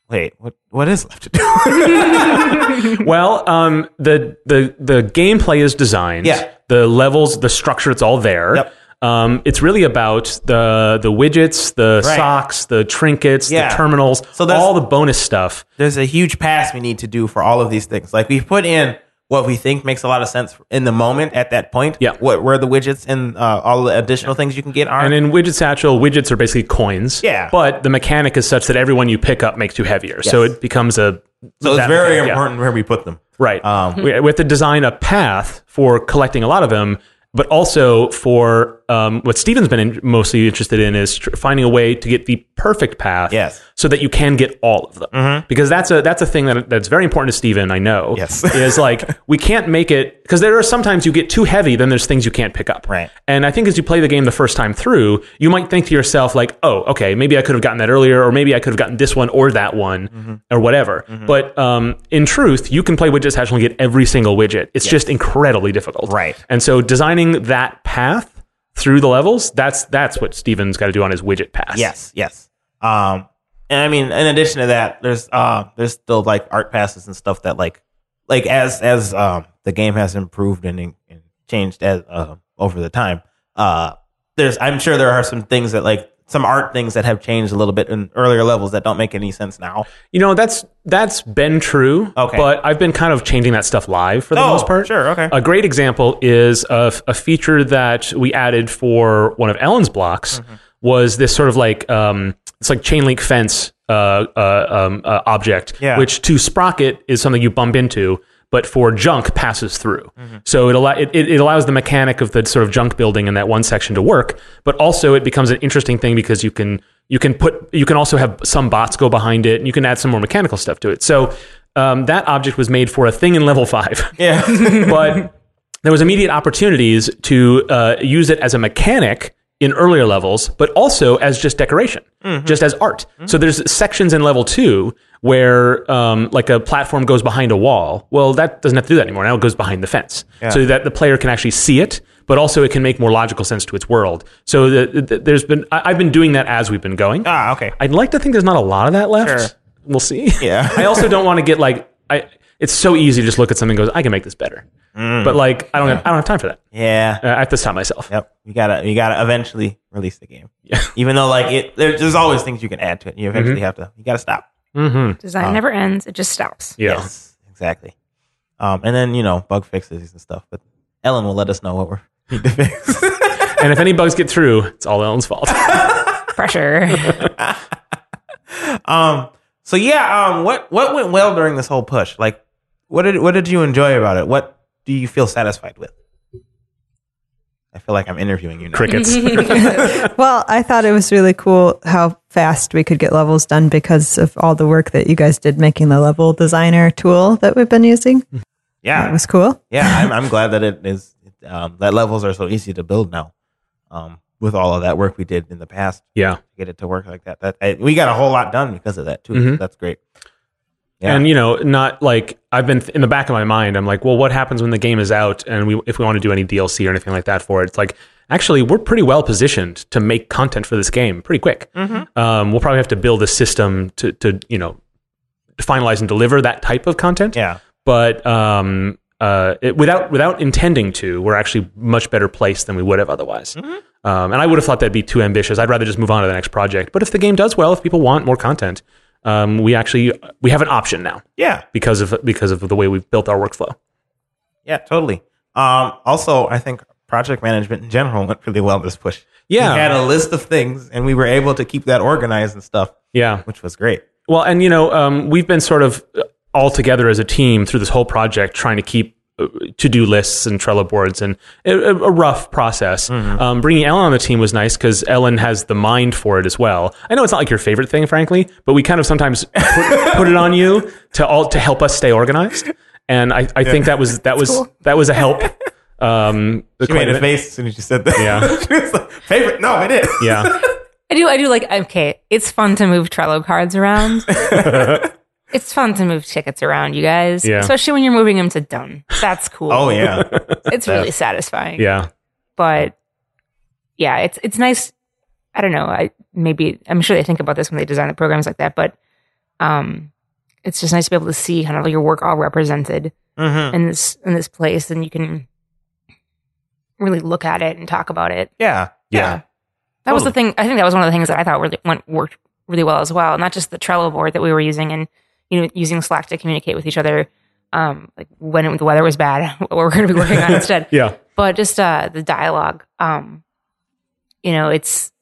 Speaker 3: wait. What what is left to do?
Speaker 4: well, um, the the the gameplay is designed.
Speaker 3: Yeah.
Speaker 4: The levels, the structure, it's all there.
Speaker 3: Yep.
Speaker 4: Um, it's really about the the widgets, the
Speaker 3: Right.
Speaker 4: socks, the trinkets,
Speaker 3: Yeah.
Speaker 4: the terminals,
Speaker 3: So there's-
Speaker 4: all the bonus stuff.
Speaker 3: There's a huge pass we need to do for all of these things. Like we've put in what we think makes a lot of sense in the moment at that point.
Speaker 4: Yeah.
Speaker 3: What where the widgets and uh, all the additional things you can get are.
Speaker 4: And in Widget Satchel, widgets are basically coins.
Speaker 3: Yeah.
Speaker 4: But the mechanic is such that everyone you pick up makes you heavier. So
Speaker 3: Yes.
Speaker 4: it becomes a.
Speaker 3: so it's
Speaker 4: that
Speaker 3: very
Speaker 4: mechanic, yeah.
Speaker 3: important where we put them.
Speaker 4: Right.
Speaker 3: Um,
Speaker 4: we, we have to design a path for collecting a lot of them, but also for um, what Steven's been in, mostly interested in is tr- finding a way to get the perfect path.
Speaker 3: Yes. Mm-hmm.
Speaker 4: So that you can get all of them, because that's a that's a thing that that's very important to Steven, I know.
Speaker 3: Yes.
Speaker 4: is like we can't make it because there are sometimes you get too heavy, then there's things you can't pick up.
Speaker 3: Right.
Speaker 4: And I think as you play the game the first time through, you might think to yourself, like, oh, okay, maybe I could have gotten that earlier, or maybe I could have gotten this one or that one,
Speaker 3: Mm-hmm.
Speaker 4: or whatever. But um, in truth, you can play widgets Hatch and get every single widget. It's just incredibly difficult.
Speaker 3: Right.
Speaker 4: And so designing that path through the levels, that's that's what Steven's got to do on his widget pass.
Speaker 3: Yes. Yes. Um, and I mean, in addition to that, there's uh, there's still like art passes and stuff that like like as as um the game has improved and, and changed as uh, over the time. Uh, there's I'm sure there are some things that like some art things that have changed a little bit in earlier levels that don't make any sense now.
Speaker 4: You know, that's that's been true.
Speaker 3: Okay.
Speaker 4: But I've been kind of changing that stuff live for the
Speaker 3: Oh,
Speaker 4: most part.
Speaker 3: sure, okay.
Speaker 4: A great example is of a feature that we added for one of Ellen's blocks was this sort of like um, it's like chain link fence uh, uh, um, uh, object,
Speaker 3: Yeah.
Speaker 4: which to Sprocket is something you bump into. But for junk passes through, so it, allow, it it it allows the mechanic of the sort of junk building in that one section to work. But also, it becomes an interesting thing because you can you can put you can also have some bots go behind it, and you can add some more mechanical stuff to it. So um, that object was made for a thing in level five.
Speaker 3: Yeah.
Speaker 4: but there was immediate opportunities to uh, use it as a mechanic in earlier levels, but also as just decoration, just as art. So there's sections in level two where um, like a platform goes behind a wall. Well, that doesn't have to do that anymore. Now it goes behind the fence so that the player can actually see it, but also it can make more logical sense to its world. So the, the, there's been, I, I've been doing that as we've been going.
Speaker 3: Ah, okay.
Speaker 4: I'd like to think there's not a lot of that left.
Speaker 3: Sure.
Speaker 4: We'll see.
Speaker 3: Yeah.
Speaker 4: I also don't want to get like I. It's so easy to just look at something and goes, I can make this better. But like, I don't, have, I don't have time for that.
Speaker 3: Yeah.
Speaker 4: Uh, I have to stop myself.
Speaker 3: Mm. Yep. You gotta you gotta eventually release the game.
Speaker 4: Yeah.
Speaker 3: Even though like it there, there's always things you can add to it. You eventually have to you gotta stop.
Speaker 4: Mm-hmm.
Speaker 1: Design never ends; it just stops.
Speaker 4: Yeah.
Speaker 3: Yes. Exactly. Um and then, you know, bug fixes and stuff. But Ellen will let us know what we're need to fix.
Speaker 4: and if any bugs get through, it's all Ellen's fault.
Speaker 1: Pressure.
Speaker 3: um so yeah, um what what went well during this whole push? Like what did what did you enjoy about it? What do you feel satisfied with? I feel like I'm interviewing you now.
Speaker 4: Crickets.
Speaker 2: Well, I thought it was really cool how fast we could get levels done because of all the work that you guys did making the level designer tool that we've been using. That
Speaker 3: Yeah.
Speaker 2: was cool.
Speaker 3: Yeah, I'm, I'm glad that it is um, that levels are so easy to build now. Um with all of that work we did in the past.
Speaker 4: yeah.
Speaker 3: get it to work like that. That I, we got a whole lot done because of that too.
Speaker 4: Mhm.
Speaker 3: That's great. Yeah.
Speaker 4: And you know, not like I've been th- in the back of my mind. I'm like, well, what happens when the game is out, and we if we want to do any DLC or anything like that for it? It's like actually we're pretty well positioned to make content for this game pretty quick.
Speaker 3: Mm-hmm.
Speaker 4: Um, we'll probably have to build a system to to you know to finalize and deliver that type of content.
Speaker 3: Yeah.
Speaker 4: But um, uh, it, without without intending to, we're actually much better placed than we would have otherwise. Um, and I would have thought that'd be too ambitious. I'd rather just move on to the next project. But if the game does well, if people want more content, um, we actually we have an option now
Speaker 3: Yeah.
Speaker 4: because of because of the way we've built our workflow.
Speaker 3: Yeah. Totally. Um, also, I think project management in general went really well this push.
Speaker 4: Yeah.
Speaker 3: We had a list of things, and we were able to keep that organized and stuff,
Speaker 4: Yeah.
Speaker 3: which was great.
Speaker 4: Well, and you know, um, we've been sort of uh, all together as a team through this whole project, trying to keep to do lists and Trello boards and a, a- a rough process.
Speaker 3: Mm-hmm.
Speaker 4: Um, bringing Ellen on the team was nice because Ellen has the mind for it as well. I know it's not like your favorite thing, frankly, but we kind of sometimes put, put it on you to all to help us stay organized. And I, I think that was that was that was a help. Um,
Speaker 3: You made a face as soon as you said that.
Speaker 4: Yeah.
Speaker 3: She was like, Favorite? No, it is.
Speaker 4: yeah.
Speaker 1: I do. I do like. Okay, it's fun to move Trello cards around. it's fun to move tickets around, you guys.
Speaker 4: Yeah.
Speaker 1: Especially when you're moving them to done. That's cool.
Speaker 3: Oh yeah.
Speaker 1: it's really satisfying.
Speaker 4: Yeah.
Speaker 1: But yeah, it's it's nice. I don't know. I maybe I'm sure they think about this when they design the programs like that. But um, it's just nice to be able to see kind of your work all represented
Speaker 3: hmm
Speaker 1: in this in this place, and you can really look at it and talk about it.
Speaker 3: Yeah.
Speaker 4: Yeah.
Speaker 1: That was the
Speaker 4: Totally.
Speaker 1: thing. I think that was one of the things that I thought really went, worked really well as well. Not just the Trello board that we were using and, you know, using Slack to communicate with each other. Um, like when the weather was bad, what we're going to be working on instead,
Speaker 4: Yeah.
Speaker 1: but just, uh, the dialogue, um, you know, it's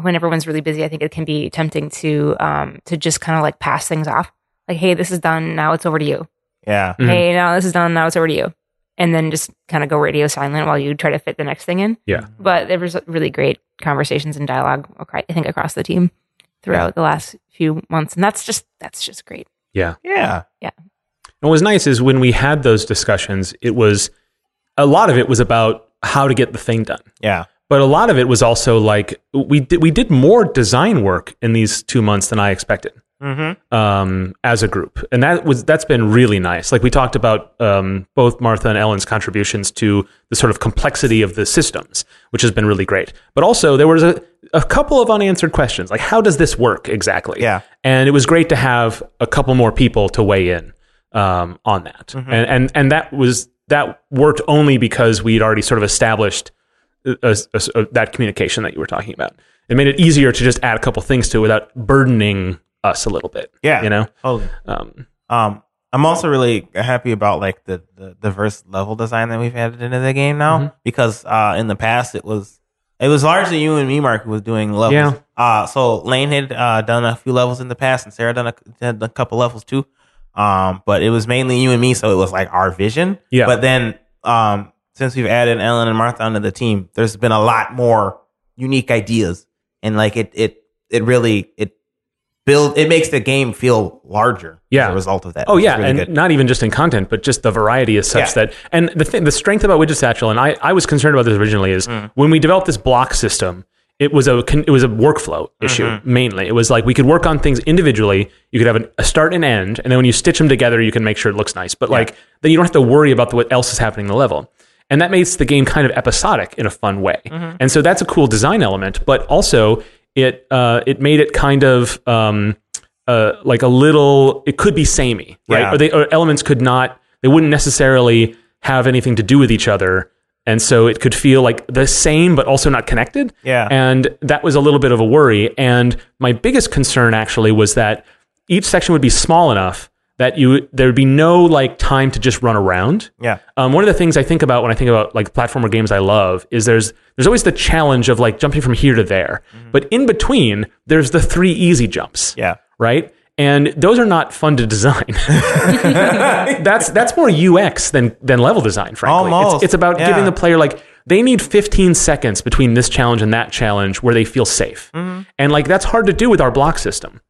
Speaker 1: when everyone's really busy, I think it can be tempting to, um, to just kind of like pass things off. Like, Hey, this is done. Now it's over to you.
Speaker 3: Yeah.
Speaker 4: Mhm.
Speaker 1: Hey, now this is done. Now it's over to you. And then just kind of go radio silent while you try to fit the next thing in
Speaker 4: Yeah.
Speaker 1: but there was really great conversations and dialogue acro- i think across the team throughout the last few months and that's just that's just great
Speaker 4: Yeah.
Speaker 3: Yeah.
Speaker 4: And what was nice is when we had those discussions, it was a lot of it was about how to get the thing done.
Speaker 3: Yeah.
Speaker 4: But a lot of it was also like we did, we did more design work in these two months than I expected
Speaker 3: Mm-hmm.
Speaker 4: um, as a group, and that was that's been really nice. Like we talked about um, both Martha and Ellen's contributions to the sort of complexity of the systems, which has been really great. But also there was a, a couple of unanswered questions, like how does this work exactly?
Speaker 3: Yeah.
Speaker 4: and it was great to have a couple more people to weigh in um, on that,
Speaker 3: Mm-hmm.
Speaker 4: and and and that was that worked only because we had already sort of established a, a- a- that communication that you were talking about. It made it easier to just add a couple things to it without burdening us a little bit.
Speaker 3: Yeah.
Speaker 4: you know.
Speaker 3: Totally.
Speaker 4: Um,
Speaker 3: Um, I'm also really happy about like the, the diverse level design that we've added into the game now
Speaker 4: Mm-hmm.
Speaker 3: because uh, in the past it was it was largely you and me, Mark, who was doing levels.
Speaker 4: Yeah.
Speaker 3: Uh, so Lane had uh, done a few levels in the past, and Sarah done a, did a couple levels too. Um, but it was mainly you and me, so it was like our vision.
Speaker 4: Yeah.
Speaker 3: But then um, since we've added Ellen and Martha onto the team, there's been a lot more unique ideas, and like it it it really it build it makes the game feel larger.
Speaker 4: Yeah.
Speaker 3: As a result of that.
Speaker 4: oh
Speaker 3: which is
Speaker 4: yeah,
Speaker 3: really
Speaker 4: and
Speaker 3: good.
Speaker 4: not even just in content, but just the variety is such
Speaker 3: Yeah.
Speaker 4: that.
Speaker 3: Mm.
Speaker 4: And the thing, the strength about Widget Satchel, and I, I was concerned about this originally, is when we developed this block system. it was a con- it was a workflow issue
Speaker 3: Mm-hmm.
Speaker 4: mainly. It was like we could work on things individually. You could have an, a start and end, and then when you stitch them together, you can make sure it looks nice. But like then you don't have to worry about the, what else is happening in the level, and that makes the game kind of episodic in a fun way.
Speaker 3: Mm-hmm.
Speaker 4: And so that's a cool design element, but also it uh, it made it kind of um, uh, like a little. It could be samey, right?
Speaker 3: Yeah.
Speaker 4: Or they or elements could not. They wouldn't necessarily have anything to do with each other. And so it could feel like the same, but also not connected.
Speaker 3: Yeah.
Speaker 4: And that was a little bit of a worry. And my biggest concern actually was that each section would be small enough that you there would be no like time to just run around.
Speaker 3: Yeah.
Speaker 4: Um, one of the things I think about when I think about like platformer games I love is there's there's always the challenge of like jumping from here to there, but in between there's the three easy jumps.
Speaker 3: Mm-hmm. Yeah.
Speaker 4: Right. And those are not fun to design. that's that's more UX than than level design, frankly.
Speaker 3: Almost,
Speaker 4: It's, it's about
Speaker 3: yeah.
Speaker 4: giving the player like they need 15 seconds between this challenge and that challenge where they feel safe,
Speaker 3: Mm-hmm.
Speaker 4: and like that's hard to do with our block system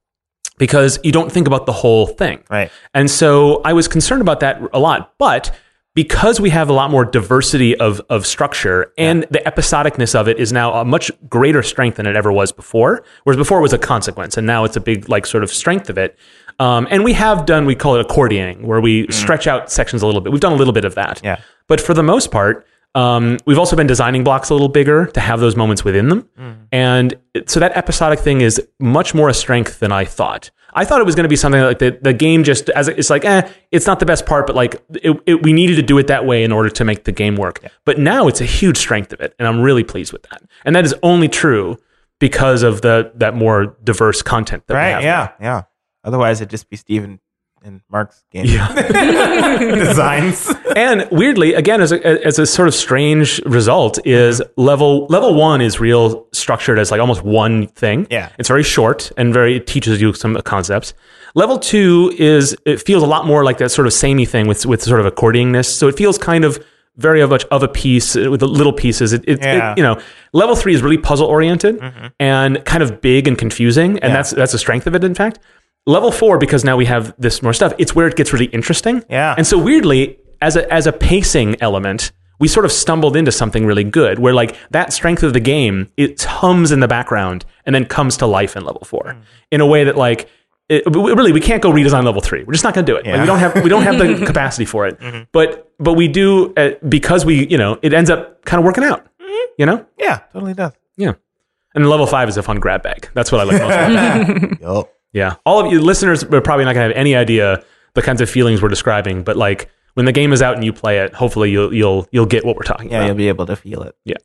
Speaker 4: because you don't think about the whole thing.
Speaker 3: Right.
Speaker 4: And so I was concerned about that a lot, but because we have a lot more diversity of of structure and the episodicness of it is now a much greater strength than it ever was before, whereas before it was a consequence and now it's a big like sort of strength of it. Um, and we have done we call it accordioning where we stretch out sections a little bit. We've done a little bit of that.
Speaker 3: Yeah.
Speaker 4: But for the most part, um, we've also been designing blocks a little bigger to have those moments within them.
Speaker 3: Mm.
Speaker 4: And it- so that episodic thing is much more a strength than I thought. I thought it was going to be something like the, the game just as it- it's like, eh, it's not the best part, but like it, it, we needed to do it that way in order to make the game work. But now it's a huge strength of it. And I'm really pleased with that. And that is only true because of the that more diverse content that we
Speaker 3: Right.
Speaker 4: have.
Speaker 3: Yeah. Yeah. Otherwise, it'd just be Steven and Mark's game
Speaker 4: Yeah.
Speaker 3: designs.
Speaker 4: and weirdly, again, as a, as a sort of strange result, is
Speaker 3: Mm-hmm.
Speaker 4: level level one is real structured as like almost one thing.
Speaker 3: Yeah.
Speaker 4: it's very short and very it teaches you some concepts. Level two is it feels a lot more like that sort of samey thing with with sort of accordioniness. So it feels kind of very much of a piece uh, with the little pieces. It, it,
Speaker 3: Yeah.
Speaker 4: it you know level three is really puzzle oriented and kind of big and confusing, and that's that's the strength of it. In fact. Level four, because now we have this more stuff. It's where it gets really interesting.
Speaker 3: Yeah.
Speaker 4: And so weirdly, as a as a pacing element, we sort of stumbled into something really good where like that strength of the game, it hums in the background and then comes to life in level four in a way that like it, we- really we can't go redesign level three. We're just not gonna do it. Like, we don't have we don't have the capacity for it. But but we do uh, because we you know it ends up kind of working out. You know
Speaker 3: yeah. Totally does.
Speaker 4: yeah. And level five is a fun grab bag. That's what I like most. about that.
Speaker 3: Yup.
Speaker 4: Yeah. All of you listeners are probably not going to have any idea the kinds of feelings we're describing, but like when the game is out and you play it, hopefully you'll you'll you'll get what we're talking
Speaker 3: Yeah. You'll
Speaker 4: about.
Speaker 3: be able to feel it.
Speaker 4: Yeah.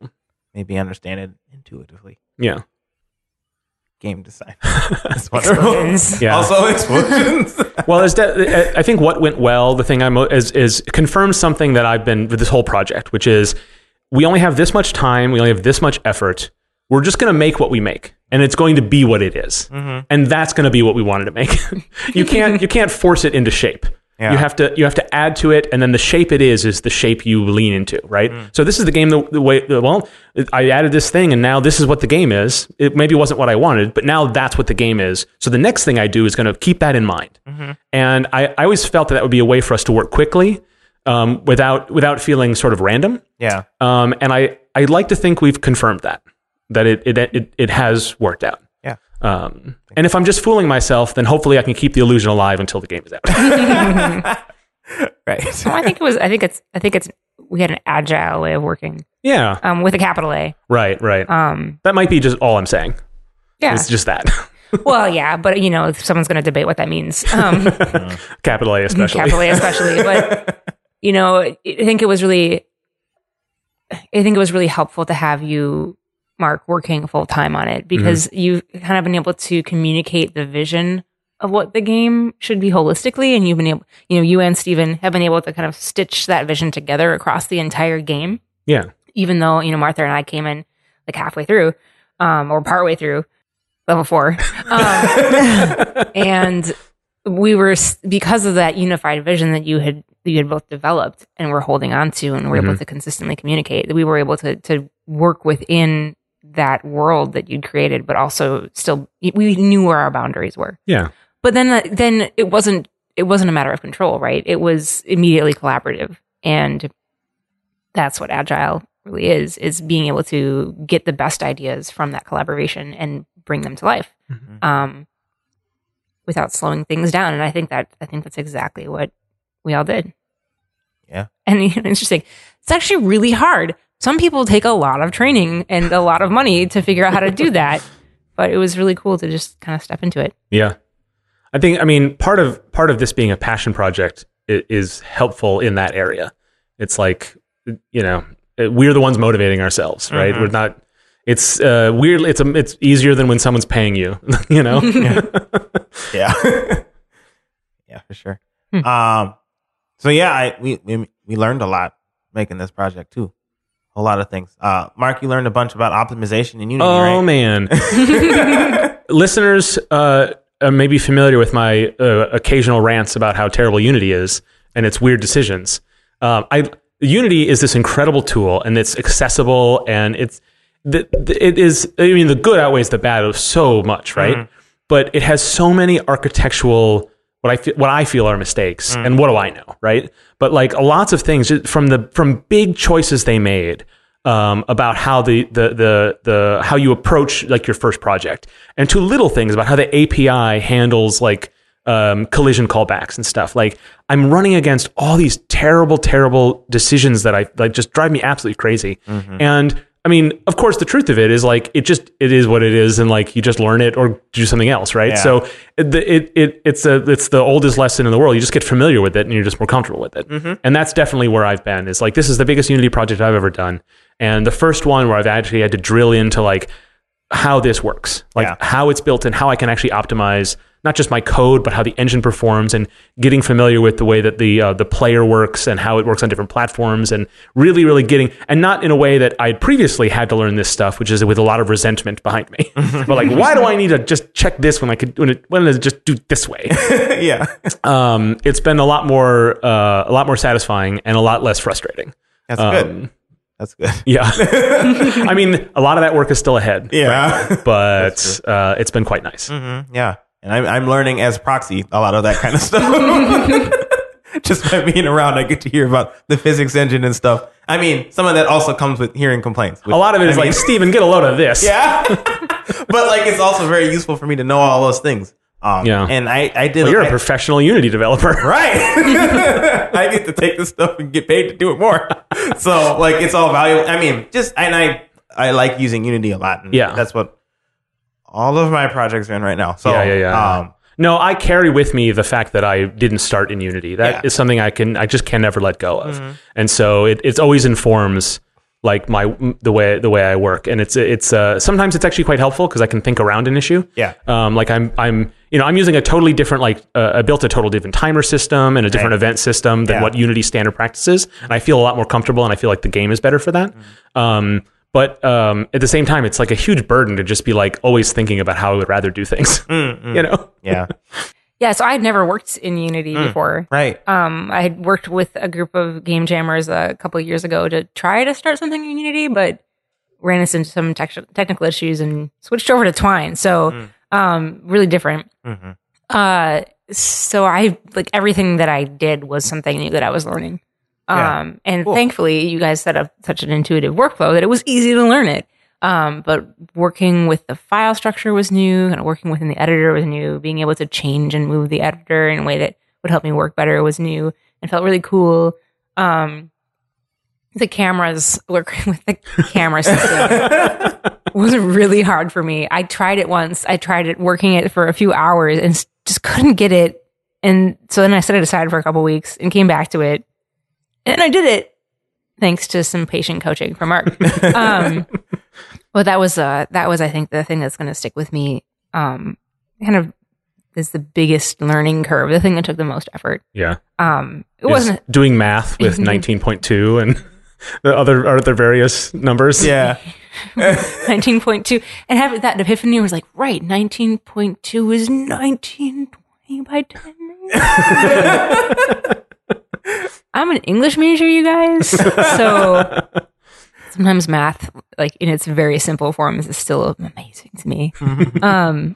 Speaker 3: Maybe understand it intuitively.
Speaker 4: Yeah.
Speaker 3: Game design. That's wonderful.
Speaker 4: Yeah.
Speaker 3: Also explosions.
Speaker 4: Well, there's de- I- I think what went well, the thing I'm is is confirms something that I've been with this whole project, which is we only have this much time, we only have this much effort. We're just going to make what we make, and it's going to be what it is.
Speaker 3: Mm-hmm.
Speaker 4: and that's going to be what we wanted to make. you can't you can't force it into shape.
Speaker 3: Yeah.
Speaker 4: You have to you have to add to it, and then the shape it is is the shape you lean into, right? So this is the game the, the way the- well I added this thing, and now this is what the game is. It maybe wasn't what I wanted, but now that's what the game is. So the next thing I do is going to keep that in mind. And I, I always felt that that would be a way for us to work quickly, um, without without feeling sort of random.
Speaker 3: yeah.
Speaker 4: Um, and I I like to think we've confirmed that that it it it, it has worked out.
Speaker 3: Yeah.
Speaker 4: Um, and if I'm just fooling myself, then hopefully I can keep the illusion alive until the game is out.
Speaker 3: Right.
Speaker 1: Well, I think it was. I think it's. I think it's. We had an agile way of working
Speaker 4: yeah.
Speaker 1: um, with a capital A.
Speaker 4: Right. Right.
Speaker 1: Um,
Speaker 4: that might be just all I'm saying.
Speaker 1: yeah.
Speaker 4: It's just that
Speaker 1: well, yeah, but you know, if someone's going to debate what that means. Um,
Speaker 4: capital A especially.
Speaker 1: capital A especially. But you know, I think it was really, I think it was really helpful to have you, Mark, working full time on it because you've kind of been able to communicate the vision of what the game should be holistically, and you've been able, you know, you and Steven have been able to kind of stitch that vision together across the entire game
Speaker 4: yeah.
Speaker 1: even though you know Martha and I came in like halfway through, um, or partway through level four, um, and we were s- because of that unified vision that you had you had both developed and were holding on to, and were able to consistently communicate. That we were able to to work within that world that you'd created, but also still we knew where our boundaries were.
Speaker 4: Yeah.
Speaker 1: But then uh, then it wasn't it wasn't a matter of control, right? It was immediately collaborative and that's what agile really is is being able to get the best ideas from that collaboration and bring them to life
Speaker 4: Mhm.
Speaker 1: um, without slowing things down and i think that i think that's exactly what we all did
Speaker 3: Yeah.
Speaker 1: and you know, interesting it's actually really hard some people take a lot of training and a lot of money to figure out how to do that but it was really cool to just kind of step into it
Speaker 4: Yeah, I think I mean part of part of this being a passion project is, is helpful in that area. It's like you know we're the ones motivating ourselves, right?
Speaker 1: Mm-hmm.
Speaker 4: We're not. It's uh, weird. It's a, it's easier than when someone's paying you. you know.
Speaker 3: yeah yeah for sure
Speaker 4: Hmm.
Speaker 3: um so yeah i we, we we learned a lot making this project too a lot of things uh mark you learned a bunch about optimization and unity
Speaker 4: Oh
Speaker 3: right?
Speaker 4: man, listeners uh, are maybe familiar with my uh, occasional rants about how terrible Unity is and its weird decisions. Um, I Unity is this incredible tool, and it's accessible, and it's the, the- it is. I mean, the good outweighs the bad of so much, right? But it has so many architectural what I feel, what I feel are mistakes, and what do I know, right? But like lots of things just from the from big choices they made um, about how the, the the the how you approach like your first project, and to little things about how the API handles like um, collision callbacks and stuff. Like I'm running against all these terrible, terrible decisions that I like just drive me absolutely crazy. And I mean, of course, the truth of it is like it just it is what it is, and like you just learn it or do something else, right?
Speaker 3: Yeah.
Speaker 4: So it, it it it's a it's the oldest lesson in the world. You just get familiar with it, and you're just more comfortable with it. And that's definitely where I've been. Is like this is the biggest Unity project I've ever done, and the first one where I've actually had to drill into like how this works, like
Speaker 3: Yeah.
Speaker 4: how it's built and how I can actually optimize not just my code, but how the engine performs and getting familiar with the way that the uh, the player works and how it works on different platforms and really, really getting and not in a way that I previously had to learn this stuff, which is with a lot of resentment behind me. but like, why do I need to just check this when I could when it when it just do it this way?
Speaker 3: yeah
Speaker 4: um, it's been a lot more uh, a lot more satisfying and a lot less frustrating.
Speaker 3: that's
Speaker 4: um,
Speaker 3: good that's good
Speaker 4: Yeah, I mean, a lot of that work is still ahead.
Speaker 3: yeah
Speaker 4: But uh, it's been quite nice.
Speaker 3: Mhm, yeah and I'm, I'm learning as proxy a lot of that kind of stuff just by being around i get to hear about the physics engine and stuff i mean some of that also comes with hearing complaints
Speaker 4: A lot of it is like, Steven, get a load of this.
Speaker 3: Yeah. but like it's also very useful for me to know all those things. Um,
Speaker 4: Yeah.
Speaker 3: And I, I did.
Speaker 4: Well, you're a
Speaker 3: I-
Speaker 4: professional Unity developer.
Speaker 3: right. I need to take this stuff and get paid to do it more. so like it's all valuable. I mean, just and I I like using Unity a lot. And
Speaker 4: Yeah.
Speaker 3: That's what all of my projects are in right now. So
Speaker 4: Yeah, yeah, yeah.
Speaker 3: Um,
Speaker 4: No, I carry with me the fact that I didn't start in Unity. That is
Speaker 3: Yeah. Mm-hmm.
Speaker 4: something I can, I just can never let go of, and so it, it always informs like my the way the way I work, and it's it's uh, sometimes it's actually quite helpful because I can think around an issue.
Speaker 3: Yeah.
Speaker 4: Um, like I'm I'm you know I'm using a totally different like uh, I built a total different timer system and a different
Speaker 3: Right.
Speaker 4: event system than
Speaker 3: Yeah.
Speaker 4: what Unity standard practices, and I feel a lot more comfortable, and I feel like the game is better for that.
Speaker 3: Mm-hmm.
Speaker 4: Um, but um, at the same time, it's like a huge burden to just be like always thinking about how I would rather do things.
Speaker 3: Mm,
Speaker 4: You know.
Speaker 3: yeah.
Speaker 1: yeah so i had never worked in unity before
Speaker 3: Right.
Speaker 1: um, I had worked with a group of game jammers a couple of years ago to try to start something in Unity, but ran us into some tec- technical issues and switched over to Twine. So,
Speaker 3: Hmm.
Speaker 1: um, really different.
Speaker 3: Mhm.
Speaker 1: Uh, so I like everything that I did was something new that I was learning.
Speaker 3: Yeah.
Speaker 1: Um, and
Speaker 3: Cool.
Speaker 1: thankfully, you guys set up such an intuitive workflow that it was easy to learn it. Um, but working with the file structure was new, kind of working within the editor was new. Being able to change and move the editor in a way that would help me work better was new and felt really cool. Um, the cameras, working with the camera system was really hard for me. I tried it once. I tried it working it for a few hours and s- just couldn't get it. And so then I set it aside for a couple weeks and came back to it. And I did it thanks to some patient coaching from Mark. um, well, that was uh, that was I think the thing that's going to stick with me. Um, kind of is the biggest learning curve, the thing that took the most effort.
Speaker 4: Yeah.
Speaker 1: Um, it
Speaker 4: is
Speaker 1: wasn't
Speaker 4: doing math with 19.2 and the other other various numbers.
Speaker 3: yeah.
Speaker 1: 19.2 and having that epiphany was like right 19.2 is 1920 by 10 i'm an english major you guys so sometimes math like in its very simple forms is still amazing to me um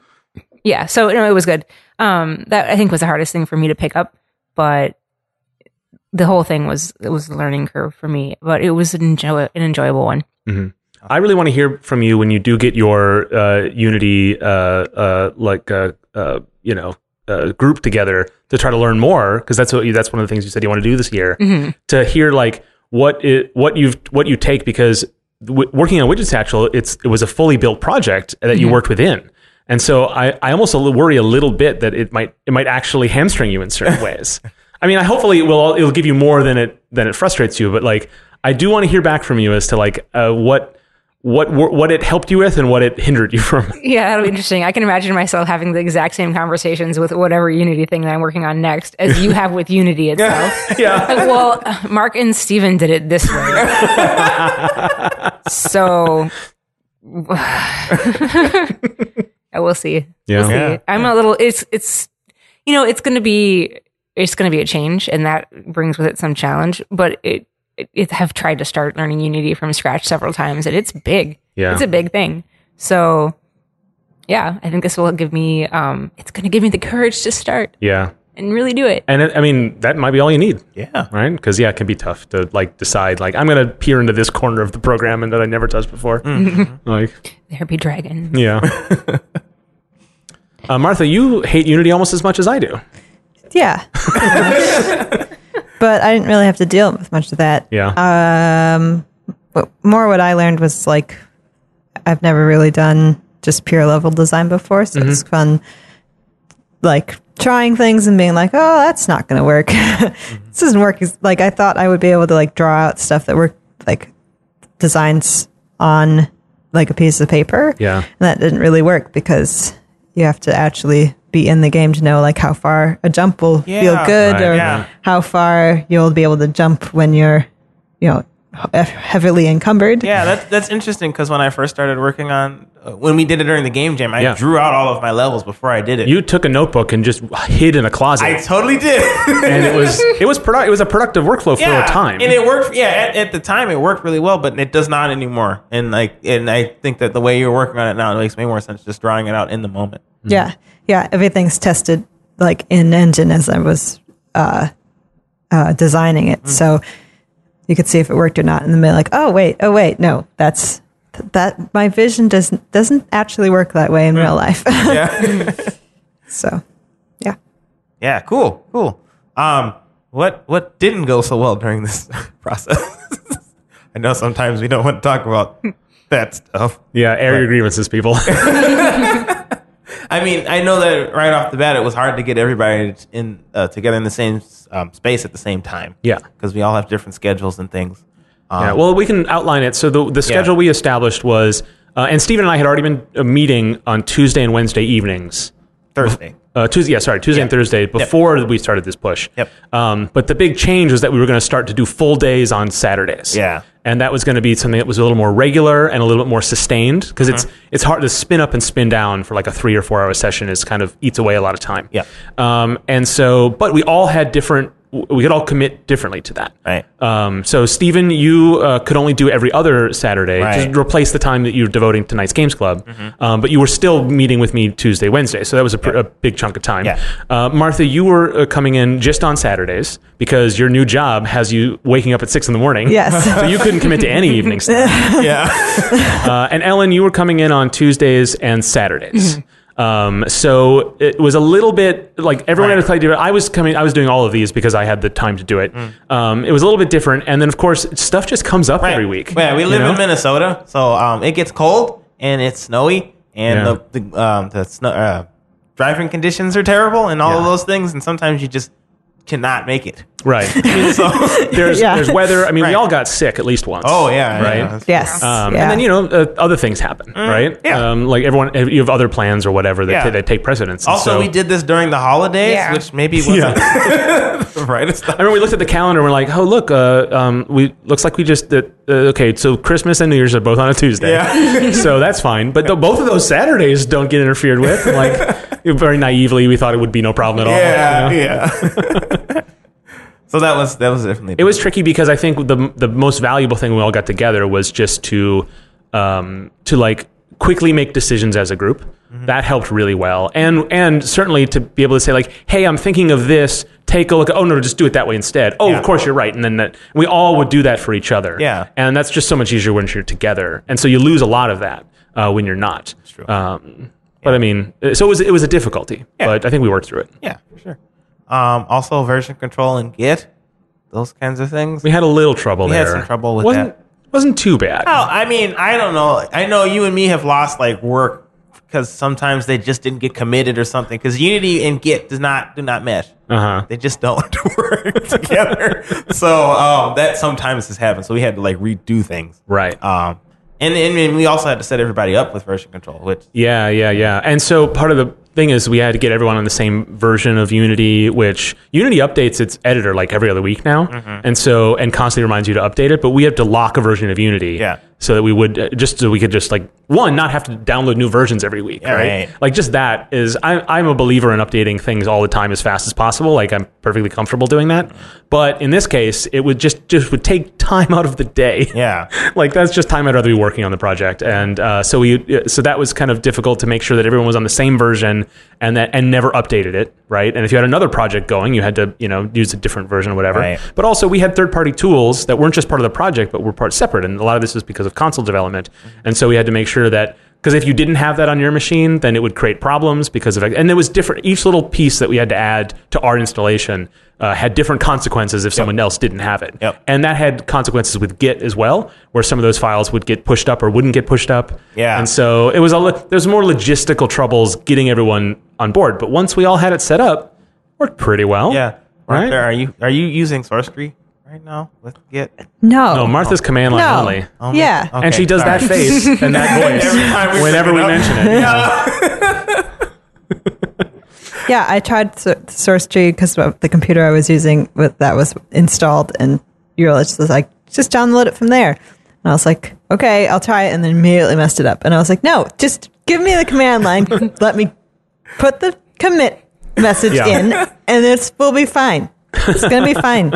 Speaker 1: yeah so no it was good um that i think was the hardest thing for me to pick up but the whole thing was it was a learning curve for me, but it was an, enjoy- an enjoyable one.
Speaker 4: I really want to hear from you when you do get your uh, Unity, uh, uh, like uh, uh, you know, uh, group together to try to learn more because that's what you, that's one of the things you said you want to do this year. To hear like what it, what you what you take because w- working on Widget Satchel, it's it was a fully built project that you worked within. And so I, I almost a li- worry a little bit that it might it might actually hamstring you in certain ways. I mean, I hopefully it will it'll give you more than it than it frustrates you, but like I do want to hear back from you as to like uh, what what wor- what it helped you with and what it hindered you from.
Speaker 1: Yeah, that'll be interesting. I can imagine myself having the exact same conversations with whatever Unity thing that I'm working on next as you have with Unity itself.
Speaker 4: yeah.
Speaker 1: Like, well, Mark and Steven did it this way. so I will see.
Speaker 4: Yeah.
Speaker 1: We'll see. I'm a little it's it's you know, it's going to be it's going to be a change and that brings with it some challenge, but it, it, it have tried to start learning Unity from scratch several times and it's big.
Speaker 4: Yeah.
Speaker 1: It's a big thing. So yeah, I think this will give me um it's going to give me the courage to start
Speaker 4: Yeah.
Speaker 1: and really do it.
Speaker 4: And it, I mean, that might be all you need.
Speaker 3: Yeah.
Speaker 4: Right? Because, yeah, it can be tough to like decide, like, I'm going to peer into this corner of the program and that I never touched before.
Speaker 3: Mm-hmm.
Speaker 4: Like,
Speaker 1: There be dragon.
Speaker 4: yeah. uh, Martha, you hate Unity almost as much as I do.
Speaker 2: Yeah. but I didn't really have to deal with much of that.
Speaker 4: Yeah.
Speaker 3: Uh,
Speaker 2: Um, but more what I learned was like, I've never really done just pure level design before. So it's fun, like, trying things and being like, oh, that's not going to work. This doesn't work. It's Like, I thought I would be able to, like, draw out stuff that worked, like, designs on, like, a piece of paper.
Speaker 4: Yeah.
Speaker 2: And that didn't really work because you have to actually be in the game to know like how far a jump will feel
Speaker 3: Yeah.
Speaker 2: good
Speaker 4: Right.
Speaker 2: or
Speaker 3: Yeah.
Speaker 2: how far you'll be able to jump when you're you know he- heavily encumbered
Speaker 3: Yeah, that's that's interesting because when I first started working on uh, when we did it during the game jam, I
Speaker 4: Yeah.
Speaker 3: drew out all of my levels before I did it.
Speaker 4: you took a notebook and just hid in a closet.
Speaker 3: I totally did.
Speaker 4: and it was it was produ- it was a productive workflow for a time.
Speaker 3: and it worked. Yeah, at, at the time it worked really well, but it does not anymore. And like, and I think that the way you're working on it now it makes way more sense just drawing it out in the moment.
Speaker 2: yeah yeah everything's tested like in engine as i was uh uh designing
Speaker 3: Mm-hmm.
Speaker 2: it so you could see if it worked or not and then be like oh wait oh wait no that's that my vision doesn't doesn't actually work that way in real life
Speaker 3: Yeah,
Speaker 2: so yeah
Speaker 3: yeah, cool, cool. Um, what what didn't go so well during this process? I know sometimes we don't want to talk about that stuff.
Speaker 4: yeah, air your grievances, people.
Speaker 3: I mean, I know that right off the bat, it was hard to get everybody in uh, together in the same um, space at the same time.
Speaker 4: Yeah.
Speaker 3: because we all have different schedules and things. Um,
Speaker 4: Yeah, well, we can outline it. So the the schedule we established was, uh, and Stephen and I had already been uh, meeting on Tuesday and Wednesday evenings.
Speaker 3: Thursday.
Speaker 4: Uh, Tuesday, yeah, sorry, Tuesday and Thursday before we started this push.
Speaker 3: Yep.
Speaker 4: Um, but the big change was that we were going to start to do full days on Saturdays.
Speaker 3: Yeah.
Speaker 4: And that was going to be something that was a little more regular and a little bit more sustained because
Speaker 3: Uh-huh.
Speaker 4: it's it's hard to spin up and spin down for like a three or four hour session is kind of eats away a lot of time.
Speaker 3: Yeah.
Speaker 4: Um, and so, but we all had different. We could all commit differently to that.
Speaker 3: Right.
Speaker 4: Um, so, Stephen, you uh, could only do every other Saturday
Speaker 3: Right. Mm-hmm.
Speaker 4: to replace the time that you're devoting to Night's Games Club. Um, but you were still meeting with me Tuesday, Wednesday. So that was a, pr- a big chunk of time.
Speaker 3: Yeah.
Speaker 4: Uh, Martha, you were uh, coming in just on Saturdays because your new job has you waking up at six in the morning.
Speaker 2: yes
Speaker 4: So you couldn't commit to any evening stuff.
Speaker 3: Yeah.
Speaker 4: Uh, and Ellen, you were coming in on Tuesdays and Saturdays.
Speaker 3: Mm-hmm.
Speaker 4: Um, so it was a little bit like everyone had a slightly different. I was coming, I was doing all of these because I had the time to do it.
Speaker 3: Mm.
Speaker 4: Um, it was a little bit different, and then of course stuff just comes up every week.
Speaker 3: Yeah, we
Speaker 4: you
Speaker 3: live
Speaker 4: know?
Speaker 3: in Minnesota, so um, it gets cold and it's snowy, and
Speaker 4: Yeah.
Speaker 3: the, the um, the snow, uh, driving conditions are terrible, and all of
Speaker 4: Yeah.
Speaker 3: those things, and sometimes you just cannot make it.
Speaker 4: right?
Speaker 3: So,
Speaker 4: There's
Speaker 2: Yeah.
Speaker 4: there's weather. I mean, we
Speaker 3: Right.
Speaker 4: all got sick at least once.
Speaker 3: oh yeah,
Speaker 4: Right.
Speaker 3: yeah. Mm.
Speaker 2: yes
Speaker 4: Um,
Speaker 2: yeah.
Speaker 4: And then you know uh, other things happen, right?
Speaker 3: yeah.
Speaker 4: Um, like everyone, you have other plans or whatever that,
Speaker 3: Yeah.
Speaker 4: that take precedence. And
Speaker 3: Also,
Speaker 4: so-
Speaker 3: we did this during the holidays,
Speaker 1: Yeah.
Speaker 3: which maybe wasn't the brightest.
Speaker 4: I remember we looked at the calendar. and We're like, oh look, uh, um, we looks like we just did, uh, okay. So Christmas and New Year's are both on a Tuesday,
Speaker 3: Yeah.
Speaker 4: so that's fine. But the, both of those Saturdays don't get interfered with. And, like very naively, we thought it would be no problem at all.
Speaker 3: Yeah,
Speaker 4: you know?
Speaker 3: yeah. so that was that was definitely
Speaker 4: It was tricky because I think the the most valuable thing we all got together was just to um, to like quickly make decisions as a
Speaker 3: Mm-hmm.
Speaker 4: group. That helped really well, and and certainly to be able to say like, hey, I'm thinking of this. take a look. Oh no, just do it that way instead. Oh,
Speaker 3: Yeah.
Speaker 4: of course you're right. And then that, we all would do that for each other.
Speaker 3: Yeah.
Speaker 4: and that's just so much easier when you're together. And so you lose a lot of that uh, when you're not.
Speaker 3: true.
Speaker 4: Um, but I mean, uh, so it was it was a difficulty,
Speaker 3: Yeah.
Speaker 4: but I think we worked through it.
Speaker 3: Yeah, for sure. Um, also, version control and Git, those kinds of things.
Speaker 4: We had a little trouble
Speaker 3: We
Speaker 4: there.
Speaker 3: had some trouble with
Speaker 4: wasn't, Wasn't too bad.
Speaker 3: Oh, I mean, I don't know. I know you and me have lost like work because sometimes they just didn't get committed or something. Because Unity and Git does not do not mesh.
Speaker 4: Uh huh.
Speaker 3: They just don't work together. so um, that sometimes has happened. So we had to like redo things.
Speaker 4: Right.
Speaker 3: Um, and, and and we also had to set everybody up with version control, which
Speaker 4: Yeah, yeah, yeah. And so part of the thing is we had to get everyone on the same version of Unity, which Unity updates its editor like every other week now,
Speaker 3: Mm-hmm.
Speaker 4: and so and constantly reminds you to update it. But we have to lock a version of Unity,
Speaker 3: Yeah.
Speaker 4: so that we would uh, just so we could just like one not have to download new versions every week,
Speaker 3: Yeah,
Speaker 4: right?
Speaker 3: right.
Speaker 4: Like just that is I, I'm a believer in updating things all the time as fast as possible. Like I'm perfectly comfortable doing that.
Speaker 3: Mm-hmm.
Speaker 4: But in this case, it would just just would take time out of the day
Speaker 3: yeah,
Speaker 4: like that's just time I'd rather be working on the project, and uh, so we so that was kind of difficult to make sure that everyone was on the same version and that and never updated it, right? And if you had another project going, you had to you know use a different version or whatever.
Speaker 3: Right.
Speaker 4: But also we had third party tools that weren't just part of the project, but were part separate, and a lot of this was because of console development,
Speaker 3: Mm-hmm.
Speaker 4: and so we had to make sure that. Because if you didn't have that on your machine, then it would create problems because of and there was different. Each little piece that we had to add to our installation uh, had different consequences if someone else didn't have it.
Speaker 3: Yep.
Speaker 4: And that had consequences with Git as well, where some of those files would get pushed up or wouldn't get pushed up.
Speaker 3: Yeah.
Speaker 4: And so it was a lo- there's more logistical troubles getting everyone on board. But once we all had it set up, worked pretty well.
Speaker 3: yeah. Right,
Speaker 4: Right.
Speaker 3: there, are you are you using SourceTree right now with Git?
Speaker 2: No.
Speaker 4: No, Oh, Martha's command line
Speaker 2: No.
Speaker 4: only.
Speaker 3: Oh,
Speaker 2: Yeah.
Speaker 3: okay,
Speaker 4: and she does
Speaker 3: sorry.
Speaker 4: that face and that
Speaker 3: Every time
Speaker 4: voice
Speaker 3: we
Speaker 4: whenever
Speaker 3: bring
Speaker 4: we
Speaker 3: it up.
Speaker 4: mention it. Yeah.
Speaker 2: Yeah, I tried Sor- SourceTree because the computer I was using with that was installed, and you were just like, just download it from there. And I was like, okay, I'll try it, and then immediately messed it up. And I was like, no, just give me the command line. let me put the commit message
Speaker 4: Yeah.
Speaker 2: in, and it's will be fine. It's gonna be fine.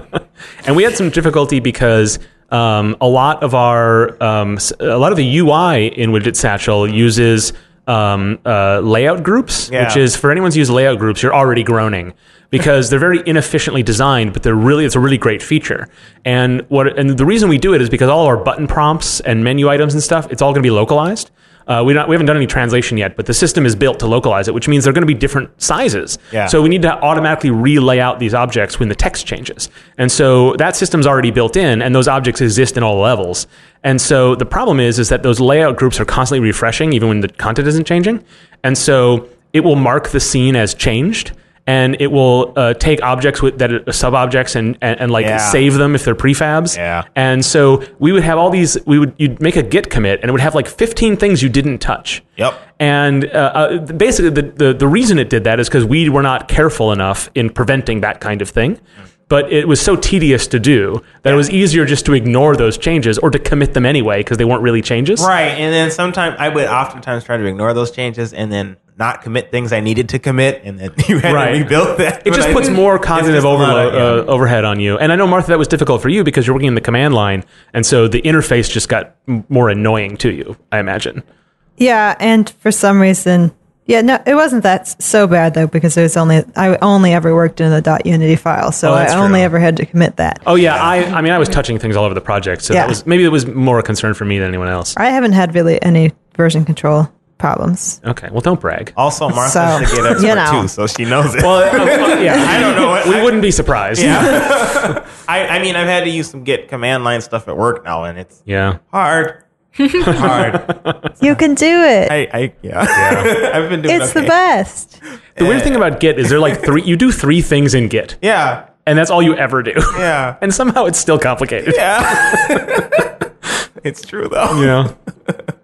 Speaker 4: and we had some difficulty because um, a lot of our um, s- a lot of the UI in Widget Satchel uses um, uh, layout groups,
Speaker 3: Yeah.
Speaker 4: which is for anyone who's used layout groups, you're already groaning because they're very inefficiently designed, but they're really it's a really great feature. And what and the reason we do it is because all of our button prompts and menu items and stuff, it's all going to be localized. Uh, we, don't, we haven't done any translation yet, but the system is built to localize it, which means they're going to be different sizes.
Speaker 3: Yeah.
Speaker 4: So we need to automatically relay out these objects when the text changes. And so that system's already built in, and those objects exist in all levels. And so the problem is, is that those layout groups are constantly refreshing, even when the content isn't changing. And so it will mark the scene as changed. And it will uh, take objects with that uh, sub objects and, and, and like
Speaker 3: Yeah.
Speaker 4: save them if they're prefabs.
Speaker 3: Yeah.
Speaker 4: And so we would have all these. We would you'd make a git commit and it would have like 15 things you didn't touch.
Speaker 3: Yep.
Speaker 4: And uh, uh, basically, the, the, the reason it did that is because we were not careful enough in preventing that kind of thing. But it was so tedious to do that it was easier just to ignore those changes or to commit them anyway because they weren't really changes.
Speaker 3: Right, and then sometimes I would oftentimes try to ignore those changes and then not commit things I needed to commit, and then you had
Speaker 4: Right.
Speaker 3: to rebuild that.
Speaker 4: It just
Speaker 3: But I-
Speaker 4: puts more
Speaker 3: it's
Speaker 4: cognitive
Speaker 3: just a lot
Speaker 4: overload,
Speaker 3: of-
Speaker 4: uh, overhead on you. And I know, Martha, that was difficult for you because you're working in the command line. And so the interface just got m- more annoying to you, I imagine.
Speaker 2: Yeah, and for some reason, yeah, no, it wasn't that s- so bad though because it was only I only ever worked in the .unity file, so
Speaker 4: Oh,
Speaker 2: I
Speaker 4: that's
Speaker 2: only
Speaker 4: true.
Speaker 2: ever had to commit that.
Speaker 4: Oh, yeah. I, I mean, I was touching things all over the project. So
Speaker 2: Yeah.
Speaker 4: that was, maybe it was more a concern for me than anyone else.
Speaker 2: I haven't had really any version control problems.
Speaker 4: Okay. Well, don't brag.
Speaker 3: Also, Martha's
Speaker 2: So,
Speaker 3: the gate expert
Speaker 2: you know.
Speaker 3: too, so she knows it.
Speaker 4: Well, uh, yeah,
Speaker 3: I don't know what-
Speaker 4: we wouldn't be surprised. Yeah,
Speaker 3: I, I mean, I've had to use some Git command line stuff at work now, and it's
Speaker 4: yeah.
Speaker 3: hard. hard.
Speaker 2: You can do it.
Speaker 3: I, I yeah. I've been doing.
Speaker 2: it's the
Speaker 3: okay.
Speaker 2: best.
Speaker 4: The weird thing about Git is there like three. You do three things in Git,
Speaker 3: Yeah.
Speaker 4: and that's all you ever do.
Speaker 3: Yeah.
Speaker 4: and somehow it's still complicated.
Speaker 3: Yeah. it's true though.
Speaker 4: You know,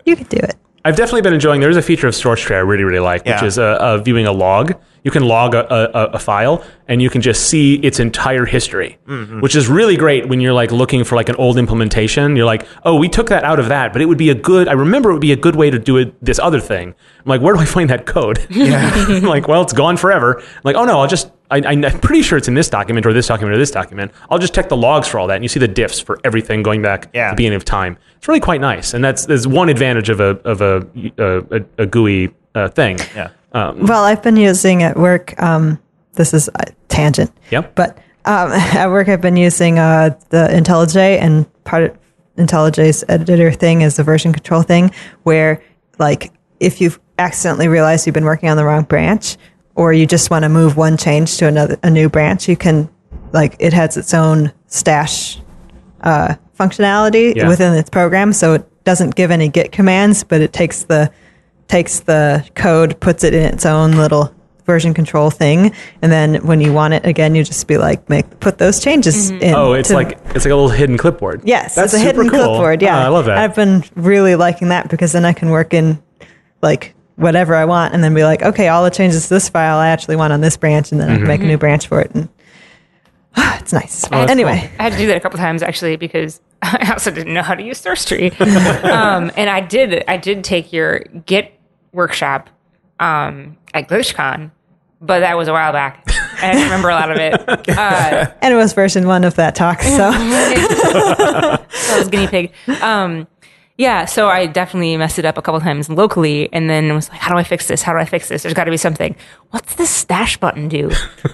Speaker 2: You can do it.
Speaker 4: I've definitely been enjoying. There's a feature of SourceTree I really, really like,
Speaker 3: Yeah.
Speaker 4: which is uh, uh, viewing a log. You can log a, a, a- a file, and you can just see its entire history, which is really great when you're like looking for like an old implementation. You're like, oh, we took that out of that, but it would be a good. I remember it would be a good way to do it this other thing. I'm like, where do I find that code? I'm like, well, it's gone forever. I'm like, oh no, I'll just. I, I- I'm pretty sure it's in this document or this document or this document. I'll just check the logs for all that, and you see the diffs for everything going back to
Speaker 3: Yeah.
Speaker 4: the beginning of time. It's really quite nice, and that's there's one advantage of a of a a, a, a GUI uh, thing.
Speaker 3: Yeah.
Speaker 2: Well, I've been using at work um, this is a tangent.
Speaker 4: Yep.
Speaker 2: But um, at work, I've been using uh, the IntelliJ, and part of IntelliJ's editor thing is the version control thing, where like if you've accidentally realized you've been working on the wrong branch, or you just want to move one change to another a new branch, you can like it has its own stash uh, functionality
Speaker 4: Yeah.
Speaker 2: within its program, so it doesn't give any Git commands, but it takes the takes the code, puts it in its own little version control thing, and then when you want it again, you just be like, make put those changes in.
Speaker 4: Oh, it's
Speaker 2: to-
Speaker 4: like it's like a little hidden clipboard.
Speaker 2: yes,
Speaker 4: that's
Speaker 2: it's a
Speaker 4: super
Speaker 2: hidden
Speaker 4: cool.
Speaker 2: clipboard. Yeah,
Speaker 4: Ah, I love that.
Speaker 2: I've been really liking that because then I can work in like whatever I want, and then be like, okay, all the changes to this file I actually want on this branch, and then I can make a new branch for it, and it's nice.
Speaker 4: Oh, that's
Speaker 2: anyway.
Speaker 1: I had to do that a couple times actually because I also didn't know how to use Source Tree. um, and I did I did take your Git workshop um, at GlitchCon, but that was a while back. And I don't remember a lot of it. Uh,
Speaker 2: And it was version one of that talk, so
Speaker 1: I was guinea pig. Um, yeah, so I definitely messed it up a couple times locally, and then was like, "How do I fix this? How do I fix this? There's got to be something. What's this stash button do?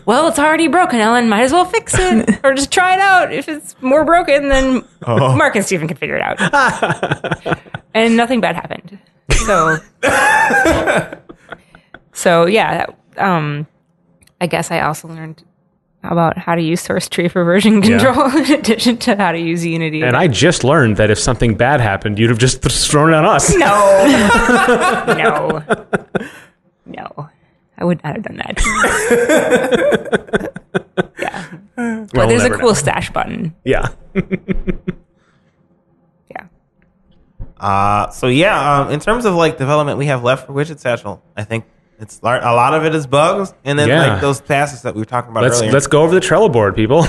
Speaker 1: well, it's already broken, Ellen. Might as well fix it, or just try it out. If it's more broken, then Mark and Stephen can figure it out." and nothing bad happened. So, so yeah. that- Um, I guess I also learned about how to use source tree for version control in addition to how to use Unity.
Speaker 4: and I just learned that if something bad happened, you'd have just thrown it on us.
Speaker 1: No. no. No. I would not have done that. yeah. But
Speaker 4: We'll
Speaker 1: there's a
Speaker 4: never
Speaker 1: cool
Speaker 4: know.
Speaker 1: stash button.
Speaker 4: Yeah.
Speaker 1: Yeah.
Speaker 3: Uh, so yeah, um, in terms of like development we have left for Widget Satchel, I think it's lar- a lot of it is bugs, and then
Speaker 4: Yeah.
Speaker 3: like those tasks that we were talking about
Speaker 4: Let's
Speaker 3: earlier.
Speaker 4: let's go over the Trello board, people.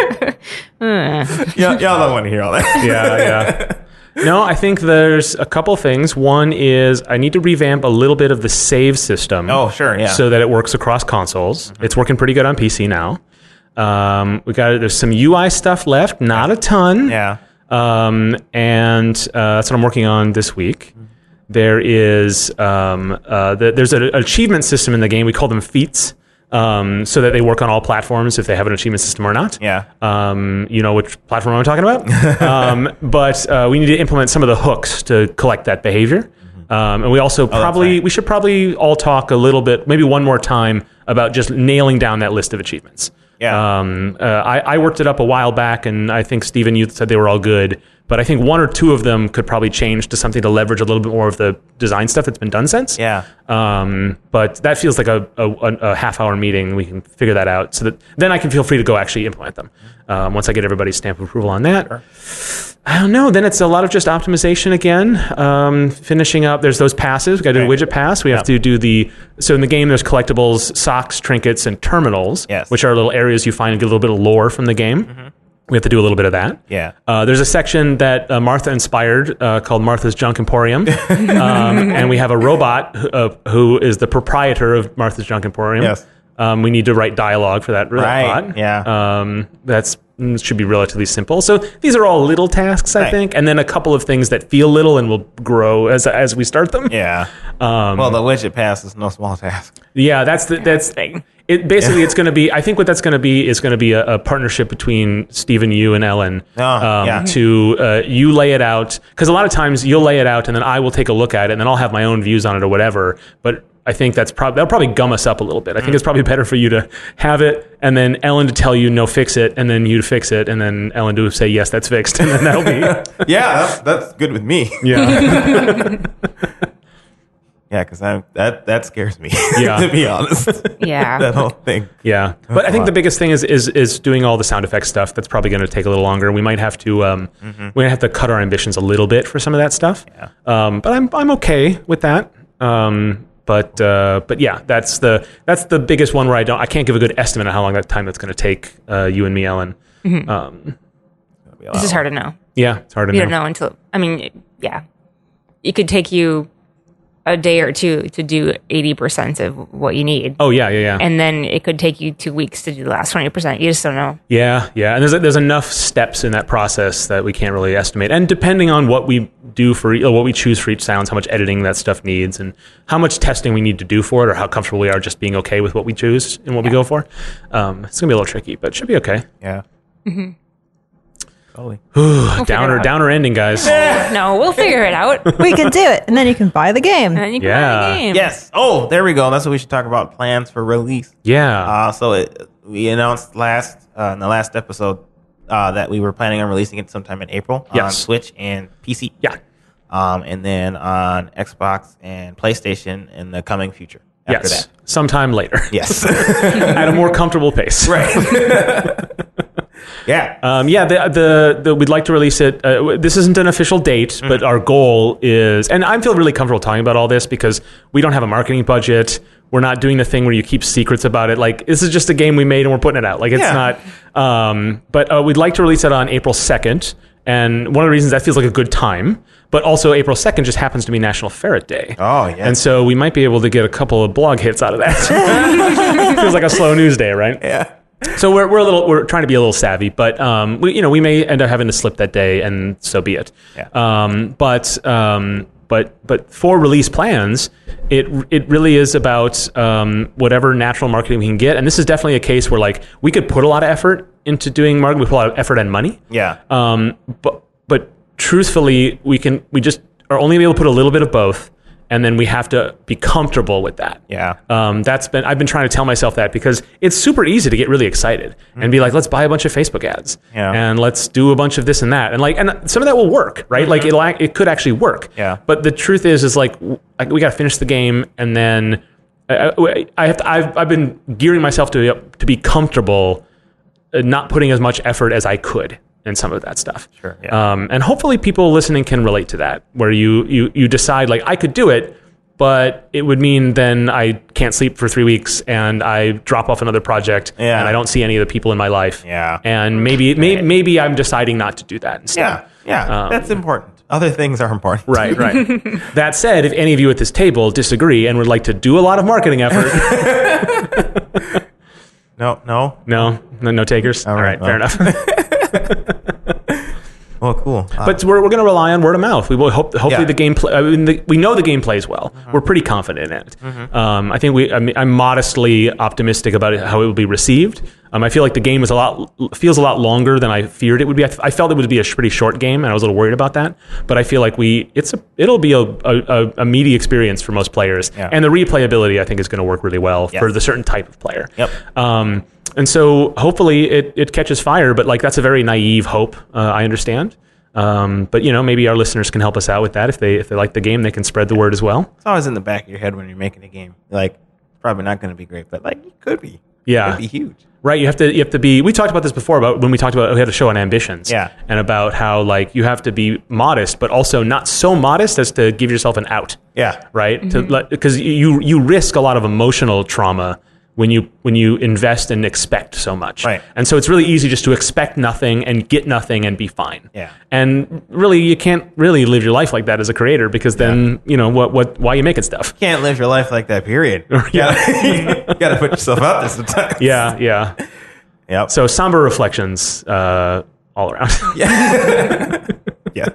Speaker 3: y'all, y'all don't want to hear all that.
Speaker 4: yeah, yeah. No, I think there's a couple things. One is I need to revamp a little bit of the save system.
Speaker 3: Oh, sure, yeah. Mm-hmm.
Speaker 4: So that it works across consoles. It's working pretty good on PC now. Um, we got there's some UI stuff left, not a ton.
Speaker 3: yeah.
Speaker 4: Um, and uh, that's what I'm working on this week. There is um, uh, the, there's an achievement system in the game. We call them feats, um, so that they work on all platforms if they have an achievement system or not.
Speaker 3: Yeah.
Speaker 4: Um, you know which platform I'm talking about. um, but uh, we need to implement some of the hooks to collect that behavior. Um, and we also probably
Speaker 3: right.
Speaker 4: we should probably all talk a little bit, maybe one more time about just nailing down that list of achievements.
Speaker 3: Yeah.
Speaker 4: Um, uh, I, I worked it up a while back, and I think Stephen, you said they were all good, but I think one or two of them could probably change to something to leverage a little bit more of the design stuff that's been done since.
Speaker 3: Yeah.
Speaker 4: Um, but that feels like a, a, a half hour meeting. We can figure that out so that then I can feel free to go actually implement them um, once I get everybody's stamp of approval on that. I don't know. Uh, Then it's a lot of just optimization again. Um, finishing up, there's those passes. We got to do
Speaker 3: Right.
Speaker 4: a widget pass. We have to do the. So in the game, there's collectibles, socks, trinkets, and terminals,
Speaker 3: Yes. Mm-hmm.
Speaker 4: which are little areas you find and get a little bit of lore from the game. We have to do a little bit of that.
Speaker 3: Yeah.
Speaker 4: Uh, there's a section that uh, Martha inspired uh, called Martha's Junk Emporium. um, and we have a robot who, uh, who is the proprietor of Martha's Junk Emporium.
Speaker 3: Yes.
Speaker 4: Um, we need to write dialogue for that uh,
Speaker 3: Right,
Speaker 4: robot.
Speaker 3: yeah.
Speaker 4: Um, that's mm, should be relatively simple. So these are all little tasks, I
Speaker 3: Right.
Speaker 4: think, and then a couple of things that feel little and will grow as as we start them.
Speaker 3: Yeah.
Speaker 4: Um,
Speaker 3: Well, the widget pass is no small task.
Speaker 4: yeah, that's the that's
Speaker 1: the thing.
Speaker 4: It basically it's going to be. I think what that's going to be is going to be a, a partnership between Stephen, you, and Ellen.
Speaker 3: Ah, yeah.
Speaker 4: To uh, you lay it out because a lot of times you'll lay it out and then I will take a look at it and then I'll have my own views on it or whatever. But I think that's probably that'll probably gum us up a little bit.
Speaker 3: Mm.
Speaker 4: I think it's probably better for you to have it and then Ellen to tell you no, fix it, and then you to fix it, and then Ellen to say yes, that's fixed, and then that'll be
Speaker 3: Yeah, that's, that's good with me.
Speaker 4: yeah,
Speaker 3: Yeah, because that that scares me.
Speaker 4: Yeah.
Speaker 3: to be honest.
Speaker 1: Yeah.
Speaker 3: that whole thing.
Speaker 4: yeah. But I think the biggest thing is is is doing all the sound effects stuff. That's probably going to take a little longer. We might have to um, we might have to cut our ambitions a little bit for some of that stuff. Yeah. Um, but I'm I'm okay with that. Um, but uh, but yeah, that's the that's the biggest one where I don't I can't give a good estimate of how long that time that's going to take. Uh, you and me, Ellen. Um,
Speaker 1: This is hard to know.
Speaker 4: yeah, it's hard to
Speaker 1: You
Speaker 4: know.
Speaker 1: don't know until I mean, yeah. It could take you a a day or two to do 80% of what you need.
Speaker 4: Oh yeah, yeah, yeah.
Speaker 1: And then it could take you two weeks to do the last 20%. You just don't know.
Speaker 4: Yeah, yeah, and there's there's enough steps in that process that we can't really estimate. And depending on what we do for e- or what we choose for each sounds, how much editing that stuff needs, and how much testing we need to do for it, or how comfortable we are just being okay with what we choose and what we go for, um, it's gonna be a little tricky, but it should be okay.
Speaker 3: Yeah. Totally.
Speaker 4: downer
Speaker 1: out.
Speaker 4: downer ending, guys.
Speaker 1: No, we'll figure it out. And
Speaker 2: we can do it, and then you can buy the game.
Speaker 1: then you can yeah.
Speaker 4: Yeah.
Speaker 1: the game.
Speaker 3: Yes. Oh, there we go. That's what we should talk about. Plans for release.
Speaker 4: Yeah,
Speaker 3: Uh, so it, we announced last uh, in the last episode uh, that we were planning on releasing it sometime in April on
Speaker 4: Yes.
Speaker 3: Switch and PC.
Speaker 4: yeah,
Speaker 3: Um, and then on Xbox and PlayStation in the coming future. After
Speaker 4: yes.
Speaker 3: that.
Speaker 4: Sometime later,
Speaker 3: Yes.
Speaker 4: at a more comfortable pace.
Speaker 3: right. yeah.
Speaker 4: Um, yeah, the, the, the, we'd like to release it. Uh, w- this isn't an official date,
Speaker 3: Mm-hmm.
Speaker 4: but our goal is, and I feel really comfortable talking about all this because we don't have a marketing budget. We're not doing the thing where you keep secrets about it. Like this is just a game we made and we're putting it out. Like it's
Speaker 3: Yeah.
Speaker 4: not. Um, but uh, we'd like to release it on April second, and one of the reasons that feels like a good time, but also April second just happens to be National Ferret Day.
Speaker 3: Oh, yeah.
Speaker 4: And so we might be able to get a couple of blog hits out of that. feels like a slow news day, right?
Speaker 3: yeah.
Speaker 4: So we're, we're a little we're trying to be a little savvy, but um, we you know we may end up having to slip that day, and so be it.
Speaker 3: Yeah.
Speaker 4: Um, but um, but but for release plans, it it really is about um, whatever natural marketing we can get, and this is definitely a case where like we could put a lot of effort into doing marketing, we put a lot of effort and money.
Speaker 3: Yeah.
Speaker 4: Um, but but truthfully, we can we just are only able to put a little bit of both, and then we have to be comfortable with that.
Speaker 3: Yeah.
Speaker 4: Um, that's been I've been trying to tell myself that because it's super easy to get really excited and be like, let's buy a bunch of Facebook ads
Speaker 3: Yeah.
Speaker 4: and let's do a bunch of this and that and like and some of that will work, right? Like it like it could actually work.
Speaker 3: Mm-hmm. Yeah.
Speaker 4: But the truth is, is like w- like, we got to finish the game and then I, I- I have to, I've I've been gearing myself to to be comfortable, uh, not putting as much effort as I could in some of that stuff.
Speaker 3: Sure, yeah.
Speaker 4: Um, and hopefully, people listening can relate to that, where you you you decide like I could do it. But it would mean then I can't sleep for three weeks, and I drop off another project,
Speaker 3: Yeah.
Speaker 4: and I don't see any of the people in my life,
Speaker 3: Yeah.
Speaker 4: and maybe may, maybe I'm deciding not to do that instead.
Speaker 3: Yeah. Yeah.
Speaker 4: Um,
Speaker 3: That's important. Other things are important.
Speaker 4: Right, right. that said, if any of you at this table disagree and would like to do a lot of marketing effort,
Speaker 3: No. No.
Speaker 4: no, no, no takers. All right,
Speaker 3: right,
Speaker 4: fair
Speaker 3: well.
Speaker 4: enough.
Speaker 3: Well, cool. Uh,
Speaker 4: but we're, we're going to rely on word of mouth. We will hope. Hopefully,
Speaker 3: Yeah. Uh-huh.
Speaker 4: the game. Play, I mean, the, we know the game plays well. We're pretty confident in it.
Speaker 3: Mm-hmm.
Speaker 4: Um, I think we. I mean, I'm modestly optimistic about it, how it will be received. Um, I feel like the game is a lot feels a lot longer than I feared it would be. I, f- I felt it would be a sh- pretty short game, and I was a little worried about that. But I feel like we it's a it'll be a a, a, a meaty experience for most players,
Speaker 3: Yeah.
Speaker 4: and the replayability I think is going to work really well
Speaker 3: Yes.
Speaker 4: for the certain type of player.
Speaker 3: Yep.
Speaker 4: Um, and so hopefully it, it catches fire, but like that's a very naive hope. Uh, I understand. Um, but you know, maybe our listeners can help us out with that. If they, if they like the game, they can spread the word as well.
Speaker 3: it's always in the back of your head when you're making a game. Like, probably not going to be great, but like, it could be.
Speaker 4: Yeah.
Speaker 3: Could be huge.
Speaker 4: Right. You have to, you have to be, we talked about this before about when we talked about, we had a show on ambitions
Speaker 3: Yeah.
Speaker 4: and about how like you have to be modest, but also not so modest as to give yourself an out.
Speaker 3: Yeah.
Speaker 4: right?
Speaker 3: Mm-hmm.
Speaker 4: To because you you risk a lot of emotional trauma when you when you invest and expect so much,
Speaker 3: Right.
Speaker 4: And so it's really easy just to expect nothing and get nothing and be fine.
Speaker 3: Yeah.
Speaker 4: And really, you can't really live your life like that as a creator because then you know what what why are you making stuff?
Speaker 3: Can't live your life like that, period. yeah. you got to put yourself out there sometimes.
Speaker 4: Yeah, yeah.
Speaker 3: Yep.
Speaker 4: So somber reflections uh, all around.
Speaker 3: yes.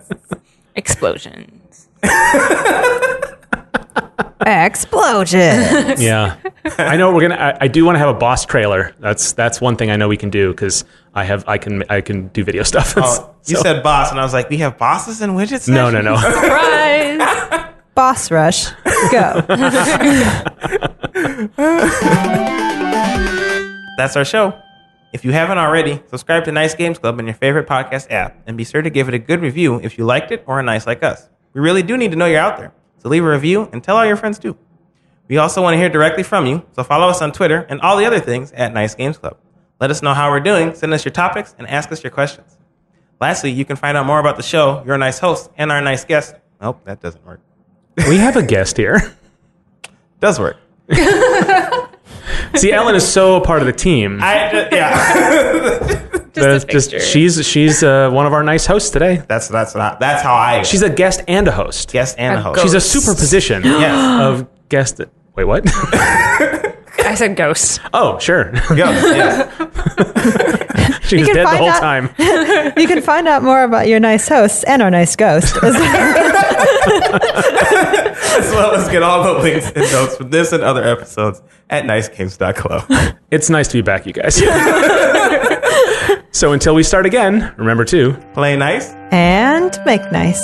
Speaker 1: Explosions.
Speaker 2: Explosion.
Speaker 4: yeah. I know we're gonna. I, I do want to have a boss trailer. That's that's one thing I know we can do because I have I can I can do video stuff.
Speaker 3: Oh, you
Speaker 4: So-
Speaker 3: said boss, and I was like, we have bosses and widgets?
Speaker 4: no, no, no.
Speaker 1: Surprise.
Speaker 2: Boss rush. Go.
Speaker 3: That's our show. If you haven't already, subscribe to Nice Games Club in your favorite podcast app and be sure to give it a good review if you liked it or are nice like us. We really do need to know you're out there, so leave a review and tell all your friends too. We also want to hear directly from you, so follow us on Twitter and all the other things at Nice Games Club. Let us know how we're doing, send us your topics, and ask us your questions. Lastly, you can find out more about the show, your nice host, and our nice guest. Nope, that doesn't work.
Speaker 4: We have a guest here.
Speaker 3: Does work.
Speaker 4: See, Ellen is so a part of the team.
Speaker 3: I, yeah.
Speaker 1: Just
Speaker 4: That's
Speaker 1: a picture.
Speaker 4: she's she's uh, one of our nice hosts today.
Speaker 3: That's that's not that's how I
Speaker 4: She's a guest and a host.
Speaker 3: guest and a host.
Speaker 4: She's a superposition
Speaker 3: yes.
Speaker 4: of guest. Wait, what?
Speaker 1: I said ghosts.
Speaker 4: oh, sure.
Speaker 3: Yo, yes.
Speaker 4: she was
Speaker 2: can
Speaker 4: dead the
Speaker 2: find
Speaker 4: whole
Speaker 2: out-
Speaker 4: time.
Speaker 2: You can find out more about your nice hosts and our nice ghost.
Speaker 3: As well as get all the links and notes from this and other episodes at nicegames.club.
Speaker 4: It's nice to be back, you guys. so until we start again, remember to
Speaker 3: Play nice.
Speaker 2: and make nice.